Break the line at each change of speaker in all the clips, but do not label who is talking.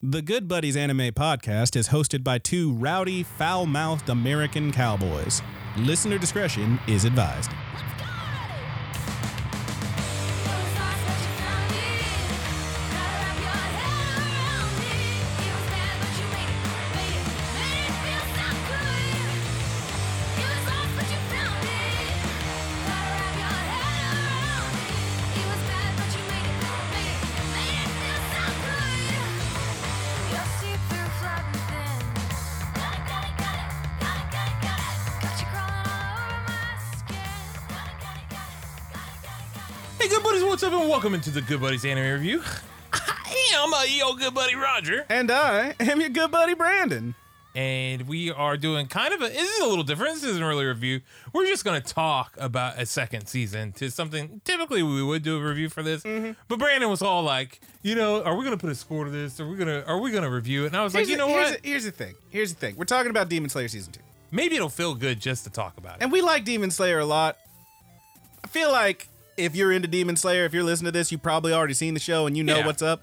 The Good Buddies Anime Podcast is hosted by two rowdy, foul mouthed American cowboys. Listener discretion is advised.
Hey, good buddies, what's up, and welcome into the Good Buddies Anime Review. I am uh,
E
your good buddy Roger,
And I am your good buddy Brandon.
and we are doing kind of a. This is a little different. This isn't really a review. We're just going to talk about a second season to something. Typically, we would do a review for this,
Mm-hmm.
but Brandon was all like, "You know, are we going to put a score to this? Are we gonna Are we gonna review it?" And I was like, "You know
the,
what?
Here's, the- here's the thing. Here's the thing. We're talking about Demon Slayer season two,
Maybe it'll feel good just to talk about it."
and we like Demon Slayer a lot. I feel like if you're into Demon Slayer, if you're listening to this, you've probably already seen the show and you know
Yeah.
what's up.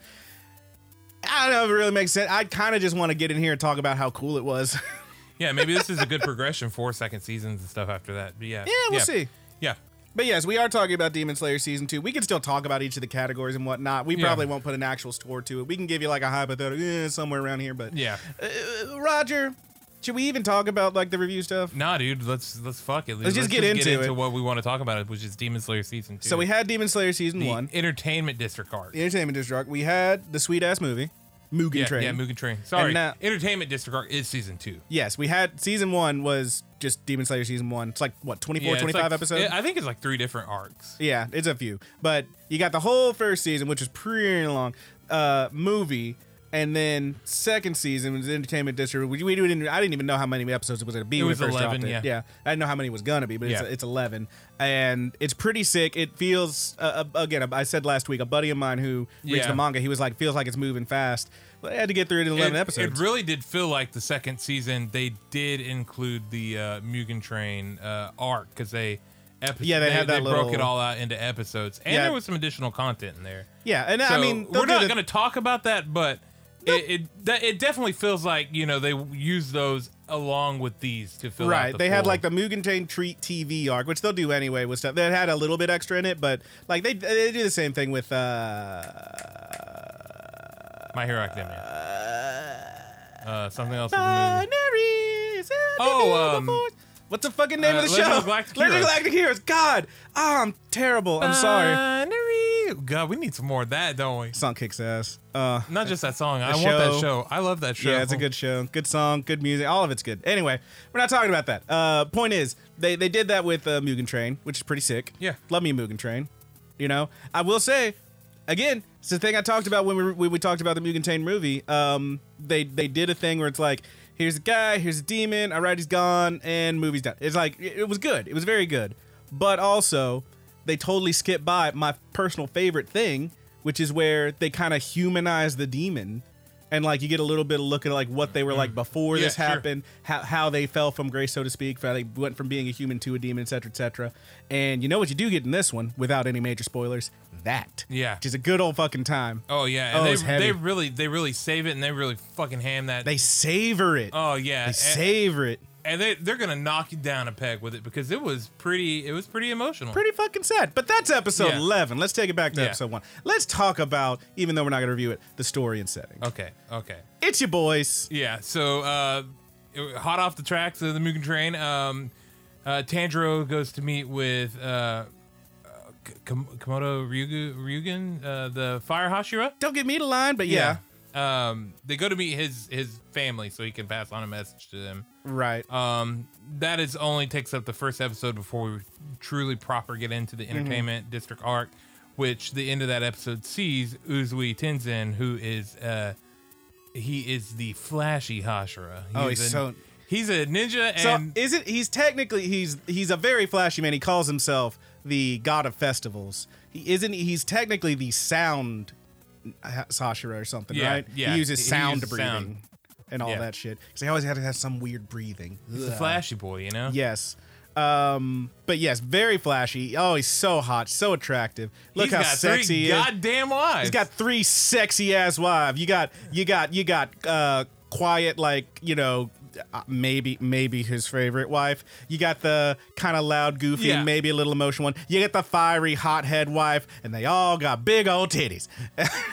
I don't know if it really makes sense. I kind of just want to get in here and talk about how cool it was.
yeah, maybe this is a good progression for second seasons and stuff after that. But yeah,
yeah, we'll see.
Yeah,
But yes, we are talking about Demon Slayer season two. We can still talk about each of the categories and whatnot. We
Yeah.
probably won't put an actual score to it. We can give you like a hypothetical eh, somewhere around here. But
yeah.
Uh, Roger, should we even talk about like the review stuff?
Nah, dude, let's let's fuck it. Let's,
just get into it.
what we want to talk about, which is Demon Slayer season two.
So we had Demon Slayer season
the
one,
entertainment district arc.
the Entertainment District. We had the sweet ass movie, Mugen
yeah,
Train.
yeah, Mugen Train. Sorry,
now-
entertainment district arc is season two.
yes, we had season one was just Demon Slayer season one. It's like what 24,
it's
25
like-
episodes.
I think it's like three different arcs.
Yeah, it's a few. But you got the whole first season, which was pretty long, uh, movie, and then second season was Entertainment District. We, we didn't. I didn't even know how many episodes it was going to be.
It
when
was
first dropped
11, yeah.
yeah. I didn't know how many it was going to be, but it's,
Yeah.
it's eleven, and it's pretty sick. It feels uh, uh, again. I said last week, a buddy of mine who reads
Yeah.
the manga, he was like, feels like it's moving fast. Well, I had to get through it in eleven
it,
episodes.
It really did feel like the second season. They did include the uh, Mugen Train uh, arc because they. Epi-
Yeah, they had that
broke it
little-
all out into episodes, and
Yeah.
there was some additional content in there.
yeah, and I
So,
mean, they'll
we're
do
not
the-
going to talk about that, but it it, that, it definitely feels like you know they use those along with these to fill
Right.
Out the
they had
full-
like the Mugen Train Treat TV arc, which they'll do anyway with stuff. That had a little bit extra in it, but like they they do the same thing with uh
My Hero Academia, uh, something else. in the movie.
Binaries.
Oh, um,
What's the fucking name
uh,
of the
Legend
show?
of Galactic
Legend of
Heroes. Uh,
Galactic Heroes. God, Ah, I'm terrible. I'm sorry.
Binary. God, we need some more of that, don't we?
Song kicks ass. Uh,
Not just that song. I
show.
want that show. I love that show.
Yeah, it's a good show. Good song, good music. All of it's good. Anyway, we're not talking about that. Uh, point is, they, they did that with uh, Mugen Train, which is pretty sick.
Yeah.
Love me a Mugen Train. You know, I will say, again, it's the thing I talked about when we, when we talked about the Mugen Train movie. Um, they, they did a thing where it's like, here's a guy, here's a demon, all right, he's gone, and movie's done. It's like, it, it was good. It was very good. But also, they totally skipped by my personal favorite thing, which is where they kind of humanize the demon and like you get a little bit of look at like what they were like before
Mm. Yeah,
this
sure.
happened, how, how they fell from grace, so to speak, how they went from being a human to a demon, etc., etc. And you know what you do get in this one, without any major spoilers, that
Yeah.
which is a good old fucking time.
Oh yeah,
Oh,
and
it's
they,
heavy.
they really they really save it and they really fucking ham that.
They savor it.
oh yeah,
they
and,
savor it.
and they they're gonna knock you down a peg with it because it was pretty it was pretty emotional.
Pretty fucking sad. But that's episode
Yeah.
eleven. Let's take it back to
Yeah.
episode one. Let's talk about, even though we're not going to review it, the story and setting.
okay, okay.
It's your boys.
Yeah, so uh, hot off the tracks of the Mugen Train, um, uh, Tanjiro goes to meet with uh, K- Kom- Komodo Ryugu, Ryugen, uh, the Fire Hashira.
Don't get me to line, but yeah,
Um, they go to meet his his family so he can pass on a message to them.
right.
Um, that is only takes up the first episode before we truly proper get into
Mm-hmm.
the entertainment district arc, which the end of that episode sees Uzui Tenzin, who is uh, he is the flashy Hashira.
Oh, he's
a,
so-
he's a ninja
So
and
is it? He's technically he's he's a very flashy man. He calls himself the god of festivals. He isn't. He's technically the sound uh, Sashira or something,
Yeah,
right?
yeah.
He uses
He
sound
uses
breathing
sound.
and all
Yeah.
that shit. Because they always have to have some weird breathing.
he's a
Ugh.
flashy boy, you know.
Yes. Um, but yes, very flashy. Oh, he's so hot, so attractive. Look
He's
how
got
sexy
three
he is.
goddamn wives.
He's got three sexy ass wives. You got you got you got uh quiet like, you know, uh, maybe maybe his favorite wife. You got the kind of loud, goofy,
Yeah.
maybe a little emotional one. You got the fiery, hothead wife, and they all got big old titties.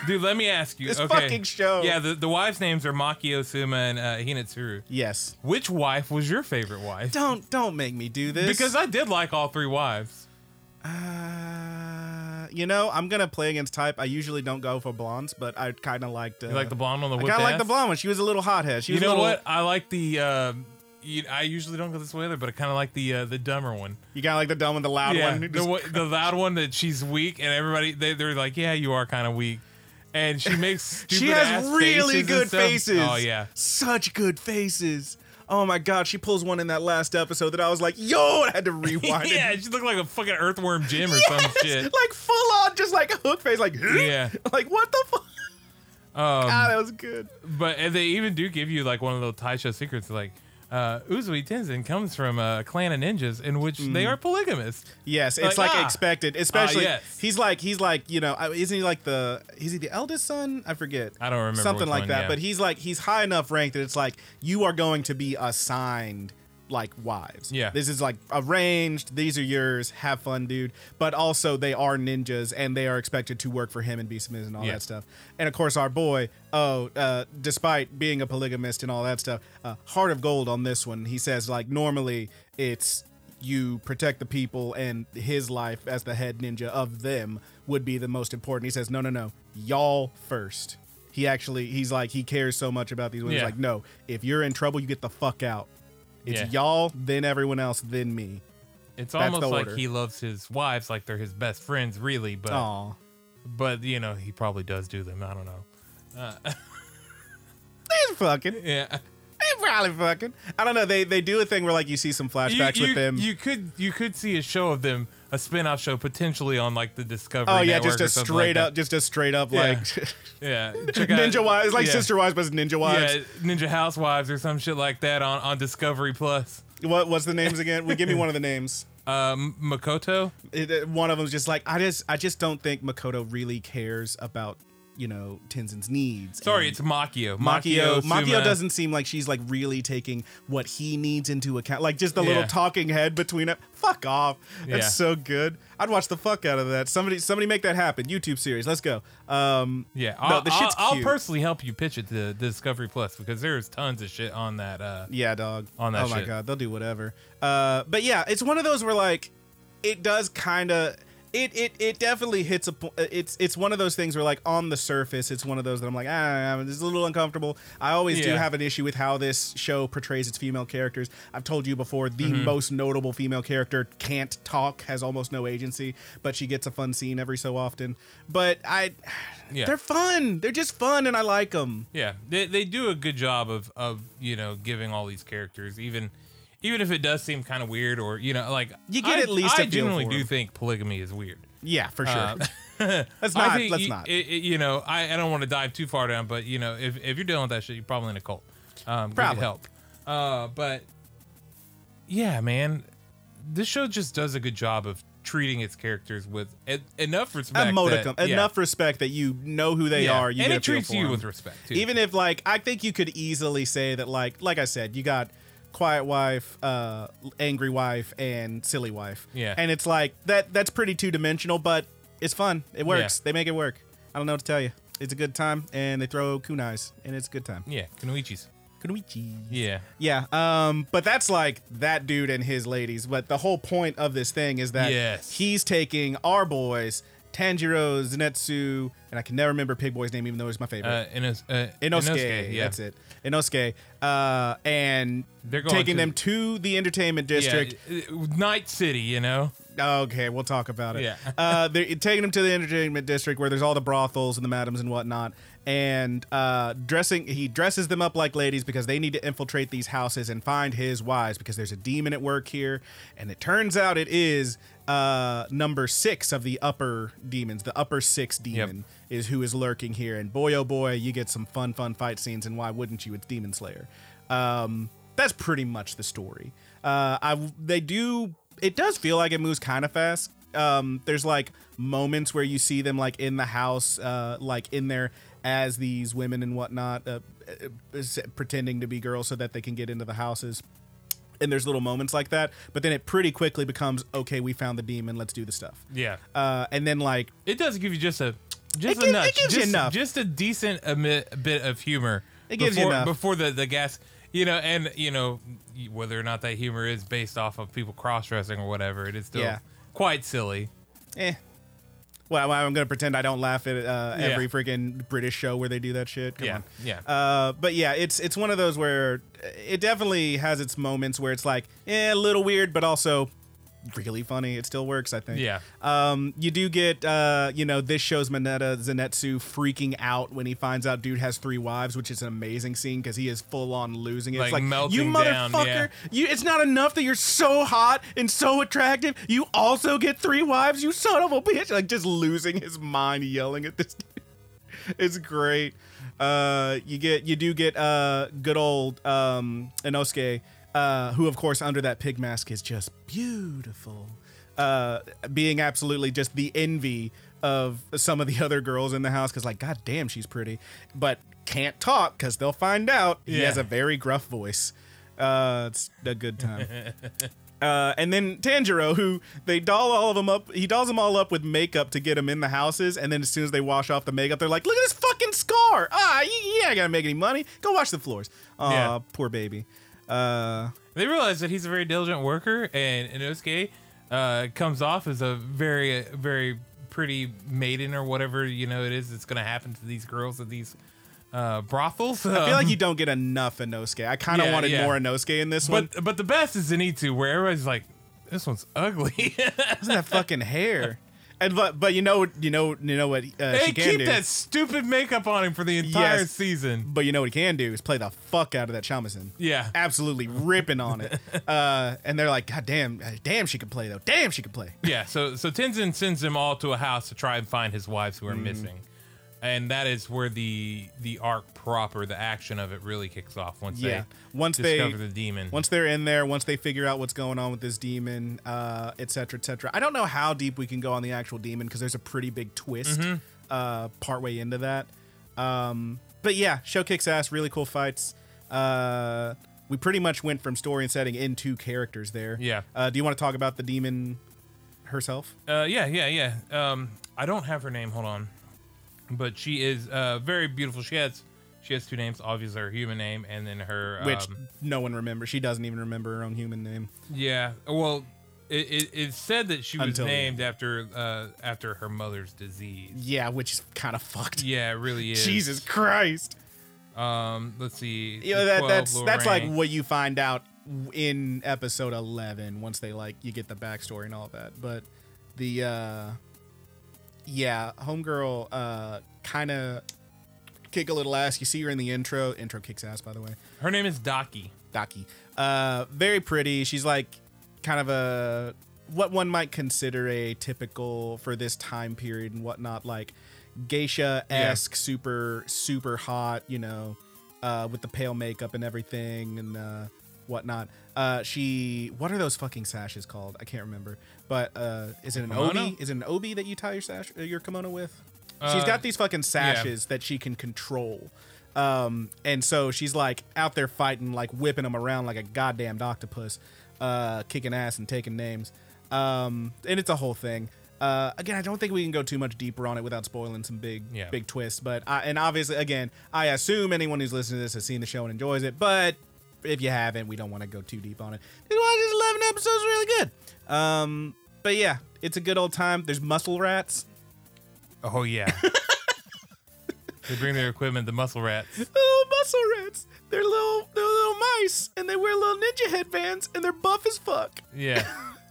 dude. Let me ask you.
This
okay.
fucking show.
Yeah, the, the wives' names are Maki Suma and uh, Hinatsuru.
yes.
Which wife was your favorite wife?
Don't don't make me do this.
Because I did like all three wives.
Uh, you know, I'm gonna play against type. I usually don't go for blondes, but I kind of liked. Uh,
You like the blonde on the
I
whip
kind of like the
ass?
blonde one. She was a little hothead. She
You
was a
know
little,
what? I like the. Uh, you, I usually don't go this way either, but I kind of like the uh, the dumber one.
You kind of like the dumb and the loud
yeah,
one.
the,
who just-
wa- the loud one that she's weak, and everybody they, they're like, "Yeah, you are kind of weak," and she makes stupid
she
ass
has
faces
really
and
good
stuff.
faces.
Oh yeah,
such good faces. Oh my god, she pulls one in that last episode that I was like, yo, I had to rewind. it.
yeah, she looked like a fucking earthworm Jim or some shit.
like full on, just like a hook face, like
Yeah.
like what the fuck?
Um,
God, that was good.
but and they even do give you like one of those Taisha secrets, like. Uh, Uzui Tenzin comes from uh, a clan of ninjas in which
Mm.
they are polygamous.
Yes, it's
Like,
like,
ah.
expected, especially
yes.
he's like he's like you know I- isn't he like the is he the eldest son? I forget.
I don't remember
something
which
like
one,
that.
yeah.
But he's like he's high enough ranked that it's like you are going to be assigned like wives.
Yeah.
this is like arranged. These are yours. Have fun, dude. But also they are ninjas and they are expected to work for him and be submissive and all
Yeah.
that stuff. And of course our boy, oh, uh, despite being a polygamist and all that stuff, uh, heart of gold on this one. He says like normally it's you protect the people and his life as the head ninja of them would be the most important. He says, no, no, no, y'all first. He actually, he's like, he cares so much about these women.
Yeah.
He's like, no, if you're in trouble, you get the fuck out. It's
Yeah.
y'all, then everyone else, then me.
It's
That's
almost
the
like
order.
he loves his wives like they're his best friends, really. But
Aw.
but you know he probably does do them. I don't know.
They fucking, they
Yeah.
probably fucking. I don't know. They they do a thing where like you see some flashbacks
you,
with them.
You could you could see a show of them, a spin-off show potentially on like the Discovery.
oh yeah,
Network
just a
or something
straight
like
up, just a straight up
Yeah.
like
That. Yeah, check out-
ninja wives, like
yeah,
sister wives, but it's ninja wives.
Yeah, Ninja Housewives or some shit like that on on Discovery Plus.
What what's the names again? well, give me one of the names.
Um, Makoto.
it, it- one of them's just like I just I just don't think Makoto really cares about you know Tenzin's needs.
Sorry,
And
it's Makio.
Makio. Makio
Suma.
doesn't seem like she's like really taking what he needs into account. Like just the little
Yeah.
talking head between it. Fuck off. That's
Yeah.
so good. I'd watch the fuck out of that. Somebody somebody make that happen. YouTube series. Let's go. Um,
Yeah,
no,
I'll,
the shit's
I'll, I'll
cute.
personally help you pitch it to Discovery Plus because there's tons of shit on that. Uh,
Yeah, dog.
On that
Oh my
shit.
god, they'll do whatever. Uh, but yeah, it's one of those where like, it does kind of. It, it, it definitely hits a po- uh, it's it's one of those things where like on the surface it's one of those that I'm like ah this is a little uncomfortable I always do
Yeah.
have an issue with how this show portrays its female characters I've told you before the
Mm-hmm.
most notable female character can't talk has almost no agency but she gets a fun scene every so often but I
yeah.
they're fun they're just fun and I like them
Yeah, they, they do a good job of of you know giving all these characters even even if it does seem kind of weird or you know like
You get
I,
at least
I
a feel
genuinely
for
do
'em.
think polygamy is weird.
yeah for sure
Uh,
let's
I
not
think
let's
you,
not
it- it- you know I, I don't want to dive too far down, but you know if, if you're dealing with that shit, you're probably in a cult. Um, get
Probably.
help. Uh, but yeah, man, this show just does a good job of treating its characters with en- enough respect.
a modicum,
that, yeah,
enough respect that you know who they
yeah.
are. You
and
get
it
a feel
treats
for
you
them.
with respect too.
Even if like I think you could easily say that like like I said, you got quiet wife, uh, angry wife, and silly wife.
Yeah.
and it's like that. That's pretty two dimensional, but it's fun. It works. They make it work. I don't know what to tell you. It's a good time, and they throw kunais, and it's a good time.
yeah, Kunoichi's.
Kunoichi.
Yeah,
Yeah, um, but that's like that dude and his ladies. But the whole point of this thing is that
Yes.
he's taking our boys, Tanjiro, Zenetsu, and I can never remember Pig Boy's name, even though he's my favorite.
uh, Inos- uh,
Inosuke,
yeah.
that's it. Inosuke, uh, and
They're going
taking
to-
them to the entertainment district.
Yeah, uh, Night City, you know?
Okay, we'll talk about it.
Yeah.
uh, they're taking them to the entertainment district where there's all the brothels and the madams and whatnot, and uh, dressing. He dresses them up like ladies because they need to infiltrate these houses and find his wives because there's a demon at work here, and it turns out it is uh, number six of the upper demons. The upper six demon is who is lurking here, and boy oh boy, you get some fun fun fight scenes, and why wouldn't you? It's Demon Slayer. Um, that's pretty much the story. Uh, I they do it does feel like it moves kind of fast. Um, there's like moments where you see them like in the house, uh, like in there as these women and whatnot, uh, uh, s- pretending to be girls so that they can get into the houses. And there's little moments like that, but then it pretty quickly becomes okay. We found the demon. Let's do the stuff.
Yeah.
Uh, and then like
It does give you just a just
gives- it
enough,
gives you
just,
enough.
just a decent ami- bit of humor.
It gives you
before,
enough.
before the the gas, you know, and you know whether or not that humor is based off of people cross dressing or whatever, it is still
Yeah.
quite silly.
eh. Well, I'm gonna pretend I don't laugh at uh,
Yeah.
every freaking British show where they do that shit. Come
yeah,
on.
yeah,
Uh, but yeah, it's it's one of those where it definitely has its moments where it's like, eh, a little weird, but also really funny. It still works, I think.
yeah.
Um, you do get, uh, you know, this shows Mineta Zenetsu freaking out when he finds out dude has three wives, which is an amazing scene because he is full on losing it. it's
Like
like, you
melting
motherfucker,
down, yeah.
you, it's not enough that you're so hot and so attractive. You also get three wives, you son of a bitch. Like just losing his mind yelling at this dude. It's great. Uh, you get, you do get, uh, good old, um, Inosuke, uh, who of course under that pig mask is just beautiful. Uh, being absolutely just the envy of some of the other girls in the house. Cause like, God damn, she's pretty, but can't talk cause they'll find out he
Yeah.
has a very gruff voice. Uh, it's a good time. Uh, and then Tanjiro, who they doll all of them up, he dolls them all up with makeup to get them in the houses. And then as soon as they wash off the makeup, they're like, "Look at this fucking scar! Ah, y- yeah, I gotta make any money. Go wash the floors." Aw,
Yeah.
poor baby. Uh,
They realize that he's a very diligent worker, and Inosuke uh, comes off as a very, very pretty maiden or whatever you know it is that's going to happen to these girls at these uh, brothels.
I feel like you don't get enough Inosuke. I kind of
yeah,
wanted
yeah.
more Inosuke in this one.
But but the best is Zenitsu, where everybody's like, "This one's ugly."
Isn't that fucking hair? And but but you know you know you know what uh,
they
she can
keep
do.
that stupid makeup on him for the entire
Yes.
season.
But you know what he can do is play the fuck out of that Shamisen.
Yeah.
Absolutely ripping on it. uh, and they're like, God damn, damn, she could play though. Damn, she could play.
Yeah. So so Tenzin sends them all to a house to try and find his wives who are
Mm-hmm.
missing, and that is where the the arc proper, the action of it, really kicks off once
Yeah.
they
Once they-
discover the demon.
Once they're in there, once they figure out what's going on with this demon, uh, et cetera, et cetera. I don't know how deep we can go on the actual demon because there's a pretty big twist
Mm-hmm.
uh, partway into that. Um, but yeah, show kicks ass. Really cool fights. Uh, we pretty much went from story and setting into characters there.
Yeah.
Uh, do you want to talk about the demon herself?
Uh, yeah, yeah, yeah. Um, I don't have her name. Hold on, but she is uh very beautiful. She has she has two names, obviously her human name and then her
Which
um,
no one remembers. She doesn't even remember her own human name.
Yeah. Well, it, it, it's said that she was
Until-
named after uh, after her mother's disease.
Yeah, which is kind of fucked.
Yeah, it really is.
Jesus Christ.
Um, let's see.
you know, that,
12
that's that's like
Lorraine.
what you find out in episode 11 once they like you get the backstory and all that but the uh yeah homegirl uh kind of kick a little ass you see her in the intro intro kicks ass by the way
her name is Docky.
Daki. Uh, very pretty. She's like kind of a what one might consider a typical for this time period and whatnot, like geisha esque, super super hot. You know, uh, with the pale makeup and everything and uh, whatnot. Uh, she what are those fucking sashes called? I can't remember. But uh, is it an
Kimono?
obi? Is it an obi that you tie your sash uh, your kimono with? She's got these fucking sashes that she can control. Um, and so she's like out there fighting, like whipping them around like a goddamn octopus, uh, kicking ass and taking names. Um, and it's a whole thing. Uh, again, I don't think we can go too much deeper on it without spoiling some big,
Yeah.
big twists. But I, and obviously, again, I assume anyone who's listening to this has seen the show and enjoys it. But if you haven't, we don't want to go too deep on it. Just watch this eleven episodes; really good. Um, but yeah, it's a good old time. There's muscle rats.
Oh yeah. they bring their equipment, the muscle rats.
little muscle rats. They're little, they're little mice, and they wear little ninja headbands, and they're buff as fuck.
Yeah.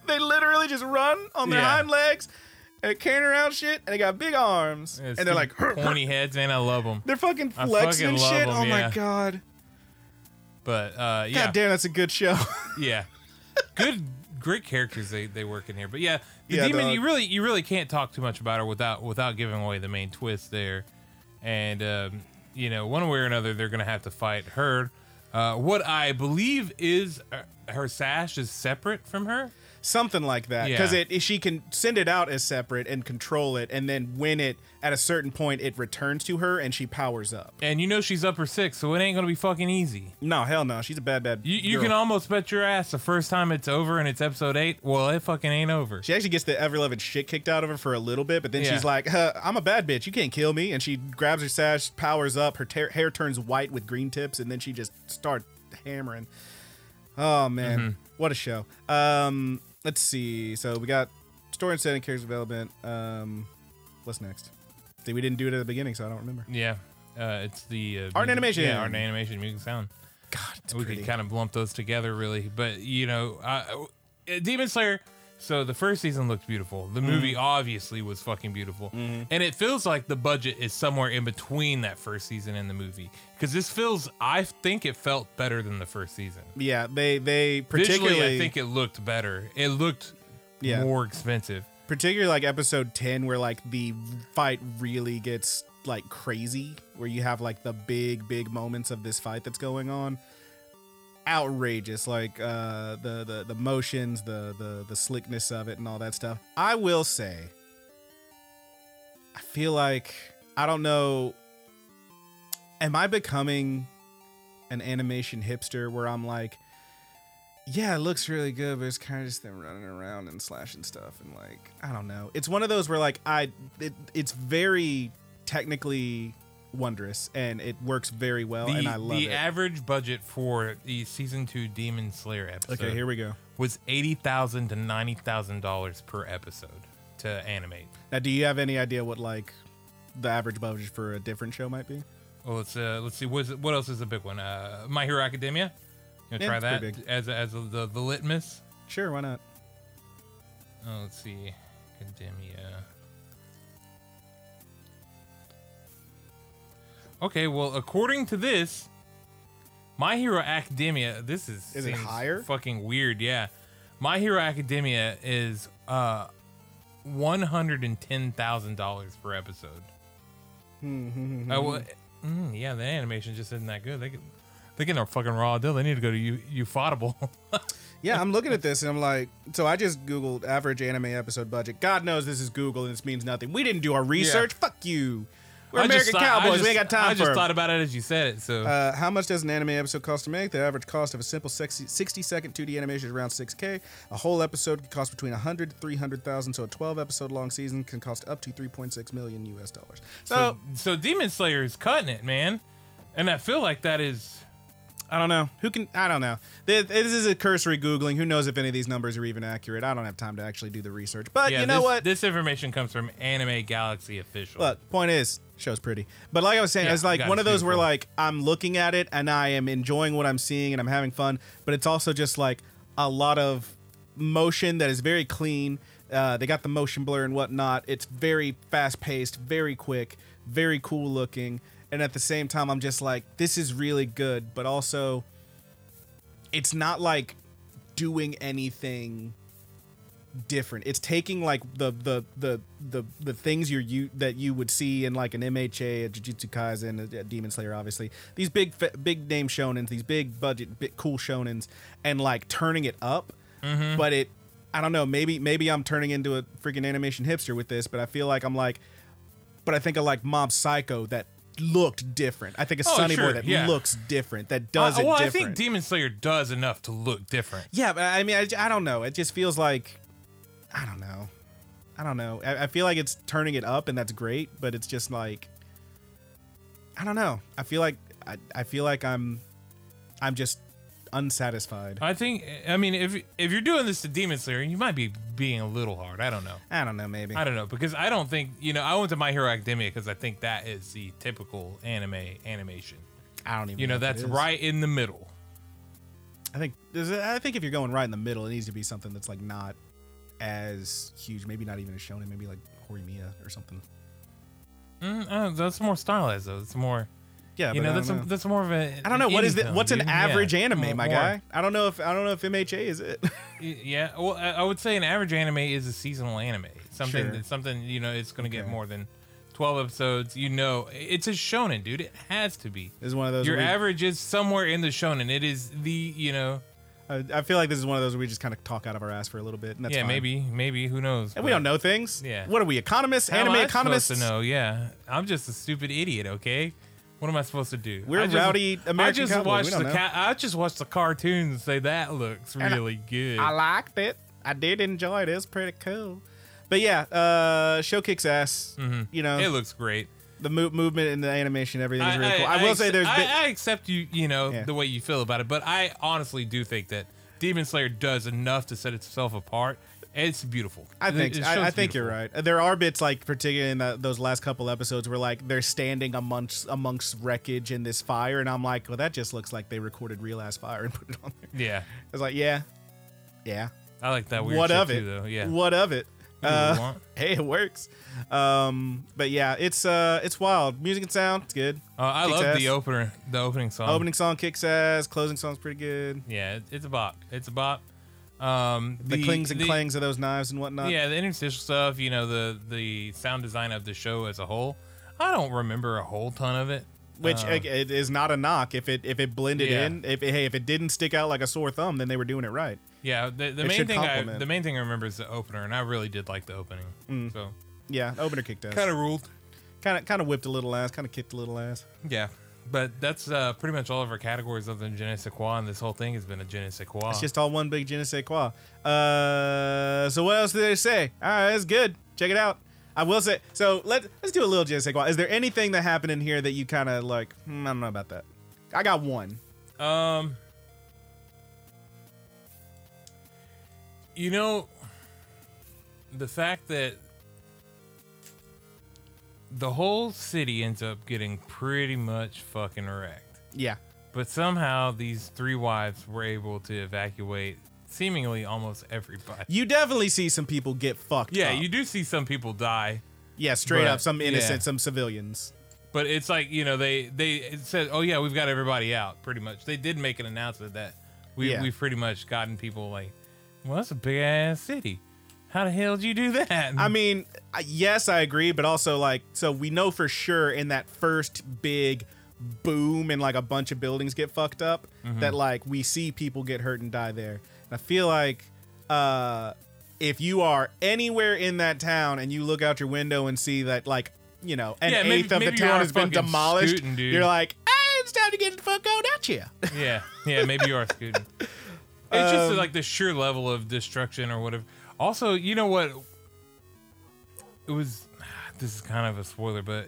They literally just run on their
Yeah.
hind legs, and carrying around shit, and they got big arms,
It's
and they're
two
like,
pointy heads, man. I love them.
they're fucking
I
flexing
fucking
and
love
shit.
'em,
oh my
yeah.
god,
But uh, yeah,
god damn, that's a good show.
yeah. Good, great characters they, they work in here. But yeah, the
Yeah,
demon
dog.
you really you really can't talk too much about her without without giving away the main twist there, and um, you know one way or another they're gonna have to fight her. Uh, what I believe is uh, her sash is separate from her.
something like that because
Yeah.
it, it- she can send it out as separate and control it and then when it at a certain point it returns to her and she powers up
And you know she's upper six, so it ain't gonna be fucking easy.
no hell no she's a bad bad
You, you
girl.
can almost bet your ass the first time it's over and it's episode eight. Well, it fucking ain't over.
she actually gets the ever loving shit kicked out of her for a little bit, but then
Yeah.
she's like, huh, "I'm a bad bitch. You can't kill me." And she grabs her sash, powers up. Her ter- hair turns white with green tips, and then she just starts hammering. Oh man,
Mm-hmm.
what a show! Um, let's see. So we got story and setting, character development. Um, what's next? See, we didn't do it at the beginning, so I don't remember.
Yeah, uh, it's the uh,
Art and animation.
Yeah, art and animation, music, sound.
God, it's
we
pretty.
could kind of lump those together, really. But you know, uh, uh, Demon Slayer. So the first season looked beautiful. The
Mm-hmm.
movie obviously was fucking beautiful, and it feels like the budget is somewhere in between that first season and the movie. Because this feels, I think it felt better than the first season.
yeah, they they
Visually,
particularly
I think it looked better. It looked
Yeah.
more expensive.
particularly like episode 10 where like the fight really gets like crazy where you have like the big big moments of this fight that's going on outrageous like uh the the, the motions the, the the slickness of it and all that stuff i will say i feel like i don't know am i becoming an animation hipster where i'm like yeah, it looks really good, but it's kind of just them running around and slashing stuff and like I don't know. It's one of those where like I it, it's very technically wondrous and it works very well
the
Oh, and I love
the
it.
average budget for the season two Demon Slayer episode
okay, here we go.
was eighty thousand to ninety thousand dollars per episode to animate.
Now, do you have any idea what like the average budget for a different show might be?
Well, let's uh, let's see. What's, what else is a big one? Uh, My Hero Academia. You
Yeah,
gonna try
it's pretty
that
big.
as as the the litmus.
Sure, why not?
Oh, let's see, Academia. Okay, well, according to this, My Hero Academia. This is
Is it
seems
higher?
Fucking weird, yeah. My Hero Academia is uh, one hundred and ten thousand dollars per episode.
Hmm,
I wa- mm, yeah, the animation just isn't that good. They could, they're getting a fucking raw deal. They need to go to U- Ufotable.
Yeah, I'm looking at this and I'm like, so I just googled average anime episode budget. God knows this is Google and this means nothing. We didn't do our research. Fuck you. We're
I just
American
thought- I
cowboys.
just-
we ain't got time
I
for
just
'em.
thought about it as you said it. So
Uh, how much does an anime episode cost to make? The average cost of a simple sexy 60 second 2D animation is around 6K. A whole episode could cost between 100 to 300,000, so a 12 episode long season can cost up to 3.6 million US dollars. So,
so, so Demon Slayer is cutting it, man. And I feel like that is
I don't know. Who can, I don't know. This, this is a cursory Googling. Who knows if any of these numbers are even accurate? I don't have time to actually do the research. But
yeah.
Uh, you know
this,
what?
This information comes from Anime Galaxy official.
Look, point is, show's pretty. But like I was saying,
Yeah,
it's like
God,
one of
it's
those where
beautiful.
like I'm looking at it and I am enjoying what I'm seeing and I'm having fun, but it's also just like a lot of motion that is very clean. Uh, they got the motion blur and whatnot. It's very fast paced, very quick, very cool looking. And at the same time, I'm just like, this is really good, but also it's not like doing anything different. It's taking like the the the the the things you're you that you would see in like an MHA, a Jujutsu Kaisen, a, a Demon Slayer, obviously these big fa- big name shonens, these big budget, big cool shonens, and like turning it up.
Mm-hmm.
But it, I don't know. Maybe maybe I'm turning into a freaking animation hipster with this, but I feel like I'm like, but I think I like Mob Psycho that looked different. I think a
Oh,
Sunny Boy
sure,
that
yeah.
looks different, that does
Uh,
it
well,
different.
I think Demon Slayer does enough to look different.
Yeah, but I mean, I, j- I don't know. It just feels like, I don't know. I don't know. I, I feel like it's turning it up, and that's great. But it's just like, I don't know. I feel like I, I feel like I'm, I'm just unsatisfied.
I think. I mean, if if you're doing this to Demon Slayer, you might be being a little hard. I don't know.
I don't know. Maybe.
I don't know because I don't think you know. I went to My Hero Academia because I think that is the typical anime animation.
I don't even.
You know,
if it
that's
is.
right in the middle.
I think. There's a, I think if you're going right in the middle, it needs to be something that's like not as huge. Maybe not even a shonen. Maybe like Horimiya or something.
Mm, uh, that's more stylized though. It's more.
Yeah,
You
but
know,
I
that's
don't
a, that's more of a.
I don't know what is it. What's an average anime,
Oh,
my guy?
guy?
I don't know if I don't know if MHA is it.
Yeah, well, I I would say an average anime is a seasonal anime. Something
Sure.
that's something you know it's going to get
Okay.
more than twelve episodes. You know, it's a shonen, dude. It has to be.
This is one of those.
Your
where we-
average is somewhere in the shonen. It is the you know.
I, I feel like this is one of those where we just kind of talk out of our ass for a little bit. And that's
yeah,
fine.
maybe, maybe who knows?
And we don't know things.
Yeah.
What are we, economists?
How am
anime
I
economists?
supposed to know? Yeah, I'm just a stupid idiot. Okay, what am I supposed to do?
We're
I just,
rowdy
I
American
just
cowboys, we
watched
don't
the
know.
ca- I just watched the cartoons. and Say that looks
I-
really good.
I liked it. I did enjoy it. It was pretty cool. But yeah, uh, show kicks ass. You know,
it looks great.
the mo- movement and the animation, everything is really cool. I, will say
accept-
there's
I,
been-
I accept you. You know
Yeah.
the way you feel about it, but I honestly do think that Demon Slayer does enough to set itself apart. It's beautiful.
I think
It- it
I, I
shows
think you're
beautiful.
right. There are bits like particularly in the, those last couple episodes where like they're standing amongst amongst wreckage in this fire, and I'm like, well, that just looks like they recorded real ass fire and put it on there.
Yeah,
I was like, yeah, yeah.
I like that weird.
What
shit
of it?
too, Though. Yeah.
What of it?
Whatever you
Uh,
want.
hey, it works. Um, but yeah, it's uh, it's wild. Music and sound, it's good.
Uh, I
Kicks
love
ass.
the opener. The opening song.
Opening song kicks ass. Closing song's pretty good.
Yeah, it, it's a bop. It's a bop. Um,
The, clings and
the-
clangs of those knives and whatnot.
Yeah, the interstitial stuff. You know, the the sound design of the show as a whole. I don't remember a whole ton of it.
Which
Uh,
uh, it is not a knock. If it if it blended
Yeah.
in, if hey, if it didn't stick out like a sore thumb, then they were doing it right.
yeah, the, the
it
main
should
thing I,
complement. Mm.
the main thing I remember is the opener, and I really did like the opening. So
Yeah, opener kicked ass.
kind of ruled.
Kind of kind of whipped a little ass. Kind of kicked a little ass.
Yeah, but that's uh, pretty much all of our categories other than je ne sais quoi, and this whole thing has been a je ne sais quoi.
It's just all one big je ne sais quoi. Uh, so what else did they say? All right, that's good. Check it out. I will say. So let let's do a little je ne sais quoi. Is there anything that happened in here that you kind of like? Hmm, I don't know about that. I got one.
Um, you know, the fact that the whole city ends up getting pretty much fucking wrecked,
Yeah.
but somehow these three wives were able to evacuate seemingly almost everybody.
You definitely see some people get fucked.
Yeah,
up.
you do see some people die.
Yeah, straight
But-
up, some innocent,
yeah.
some civilians.
But it's like you know they they it said oh yeah we've got everybody out pretty much. They did make an announcement that we
Yeah.
we've pretty much gotten people like well that's a big ass city. How the hell did you do that?
I mean, I- yes, I agree, but also like, so we know for sure in that first big boom and like a bunch of buildings get fucked up
Mm-hmm.
that like we see people get hurt and die there. And I feel like uh if you are anywhere in that town and you look out your window and see that like you know an
Yeah, maybe-
eighth of the
maybe you
town
are
has been
fucking
demolished,
scooting, dude.
you're like, hey, it's time to get the fuck out at you.
yeah yeah maybe you are scooting. It's
Um,
just like the sheer level of destruction or whatever. Also you know what it was this is kind of a spoiler but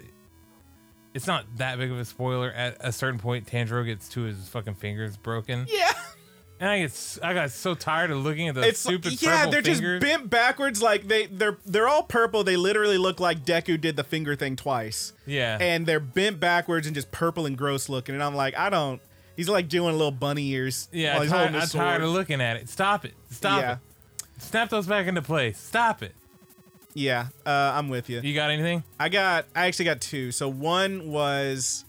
it's not that big of a spoiler. At a certain point, Tanjiro gets two of his fucking fingers broken.
yeah.
And I get, s- I got so tired of looking at those
It's
stupid
yeah,
purple
they're just
fingers.
bent backwards. Like they they're they're all purple. They literally look like Deku did the finger thing twice,
yeah,
and they're bent backwards and just purple and gross looking. And I'm like, I don't. He's like doing little bunny ears.
yeah.
while
I'm,
he's
tired,
holding his
I'm tired
sword.
of looking at it. Stop it. Stop
Yeah.
it. Snap those back into place. Stop it.
Yeah, uh, I'm with you.
You got anything?
I got. I actually got two. So one was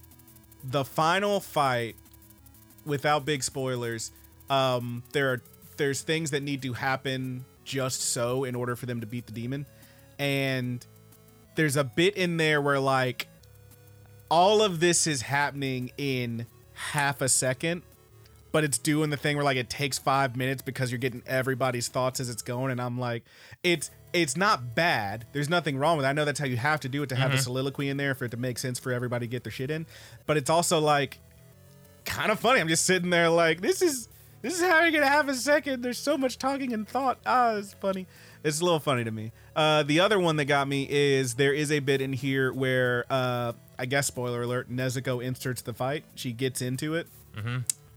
the final fight, without big spoilers. Um, there are there's things that need to happen just so in order for them to beat the demon, and there's a bit in there where like all of this is happening in half a second. But it's doing the thing where like it takes five minutes because you're getting everybody's thoughts as it's going, and I'm like, it's it's not bad. There's nothing wrong with. it. I know that's how you have to do it to have a soliloquy in there for it to make sense for everybody to get their shit in. But it's also like kind of funny. I'm just sitting there like, this is this is how you get half a second. There's so much talking and thought. Ah, it's funny. It's a little funny to me. Uh, the other one that got me is there is a bit in here where uh, I guess spoiler alert, Nezuko inserts the fight. She gets into it,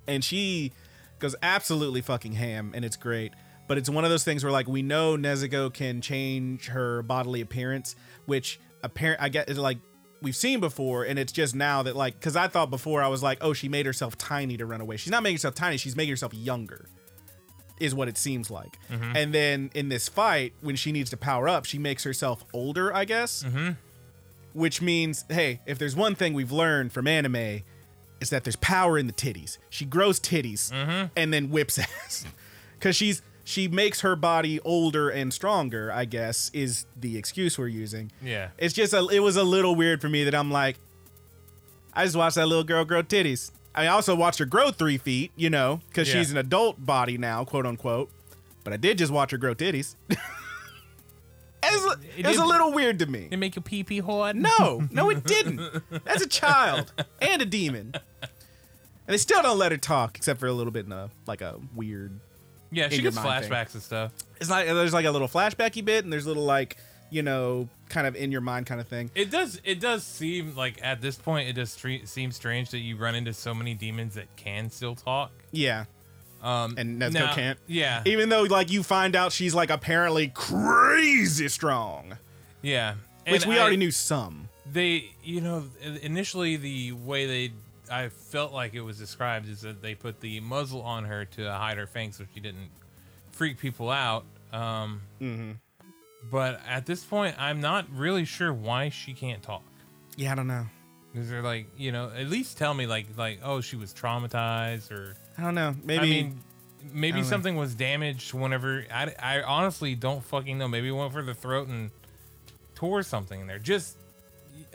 and she goes absolutely fucking ham, and it's great. But it's one of those things where like we know Nezuko can change her bodily appearance, which apparent I get is like we've seen before, and it's just now that like because I thought before I was like, oh, she made herself tiny to run away. She's not making herself tiny; she's making herself younger, is what it seems like. And then in this fight, when she needs to power up, she makes herself older, I guess. Which means, hey, if there's one thing we've learned from anime, is that there's power in the titties. She grows titties and then whips ass. Cause she's she makes her body older and stronger, I guess, is the excuse we're using.
Yeah.
It's just a, it was a little weird for me that I'm like, I just watched that little girl grow titties. I also watched her grow three feet, you know, because
Yeah.
she's an adult body now, quote unquote. But I did just watch her grow titties. it was,
It
it was a
didn't-
little weird to me.
They make your pee pee hard.
No, no, it didn't. That's a child and a demon. And they still don't let her talk except for a little bit in a like a weird.
Yeah, she
your
gets
mind thing.
flashbacks and stuff.
It's like there's like a little flashbacky bit and there's little like you know kind of in your mind kind of thing.
It does. It does seem like at this point, it does stre- seem strange that you run into so many demons that can still talk.
Yeah,
Um,
And Nezuko
now-
can't?
Yeah,
even though like you find out she's like apparently crazy strong,
yeah.
which
And
we
I-
already knew some.
They, you know, i- initially the way they, I felt like it was described is that they put the muzzle on her to hide her fangs so she didn't freak people out. Um,
Mm-hmm.
But at this point, I'm not really sure why she can't talk.
Yeah, I don't know.
Is there like you know at least tell me like like oh she was traumatized or
I don't know. Maybe
I mean
I
maybe
don't know.
something was damaged whenever I, I honestly don't fucking know maybe it went for the throat and tore something in there just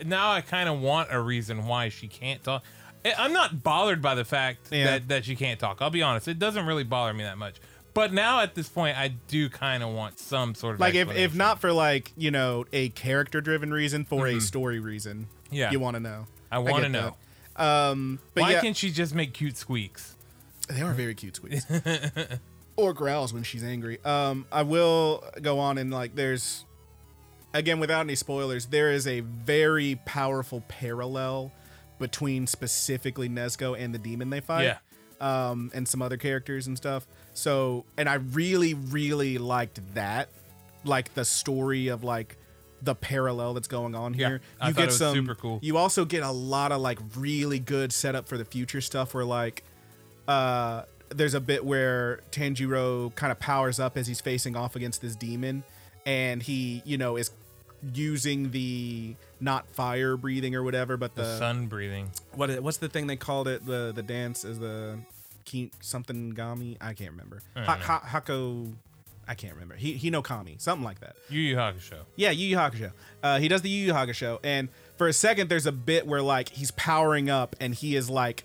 now I kind of want a reason why she can't talk I- I'm not bothered by the fact
Yeah.
that that she can't talk I'll be honest it doesn't really bother me that much but now at this point I do kind of want some sort of
like if if
explanation.
not for like you know a character driven reason for a story reason.
Yeah.
you want to know.
I want to
get
know
that. Um, but
why
yeah,
can't she just make cute squeaks
They are very cute squeaks. or growls when she's angry. Um, I will go on and like there's again without any spoilers, there is a very powerful parallel between specifically Nezuko and the demon they fight.
Yeah.
Um, and some other characters and stuff. So and I really, really liked that. Like the story of like the parallel that's going on
Yeah,
here.
I thought it was super cool.
You also get a lot of like really good setup for the future stuff where like uh, there's a bit where Tanjiro kind of powers up as he's facing off against this demon, and he, you know, is using the not fire breathing or whatever, but the,
sun breathing
what i- what's the thing they called it? The the dance is the ki- something gami. I can't remember.
I
Ha-
don't
ha- Hako, I can't remember. He he no kami, something like that.
Yu Yu Hakusho
Yeah, Yu Yu Hakusho. Uh, he does the Yu Yu Hakusho, and for a second, there's a bit where like he's powering up, and he is like,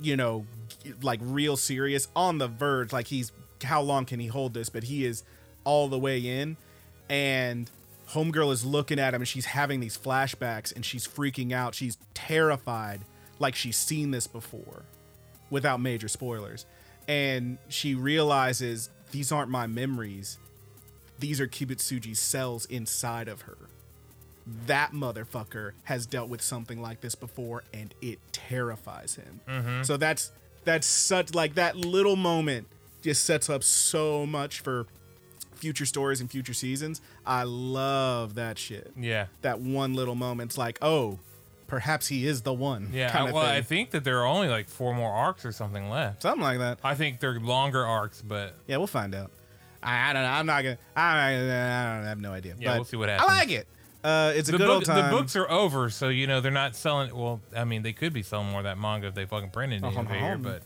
you know, g- like real serious on the verge. Like he's how long can he hold this? But he is all the way in, and Homegirl is looking at him, and she's having these flashbacks, and she's freaking out. She's terrified, like she's seen this before, without major spoilers, and she realizes these aren't my memories these are Kibutsuji's cells inside of her. That motherfucker has dealt with something like this before, and it terrifies him.
Mm-hmm.
So that's that's such like that little moment just sets up so much for future stories and future seasons. I love that shit.
yeah
That one little moment's like, oh, perhaps he is the one.
Yeah,
kind
I-
of
well,
thing.
I think that there are only like four more arcs or something left.
something like that.
I think they're longer arcs, but
Yeah, we'll find out. I, I don't know. I'm not gonna. I, I don't I have no idea.
Yeah,
but
we'll see what happens.
I like it. Uh, it's a
the,
good
book,
old time.
the books are over, so you know they're not selling. Well, I mean, they could be selling more of that manga if they fucking printed it
Oh,
over here,
oh.
but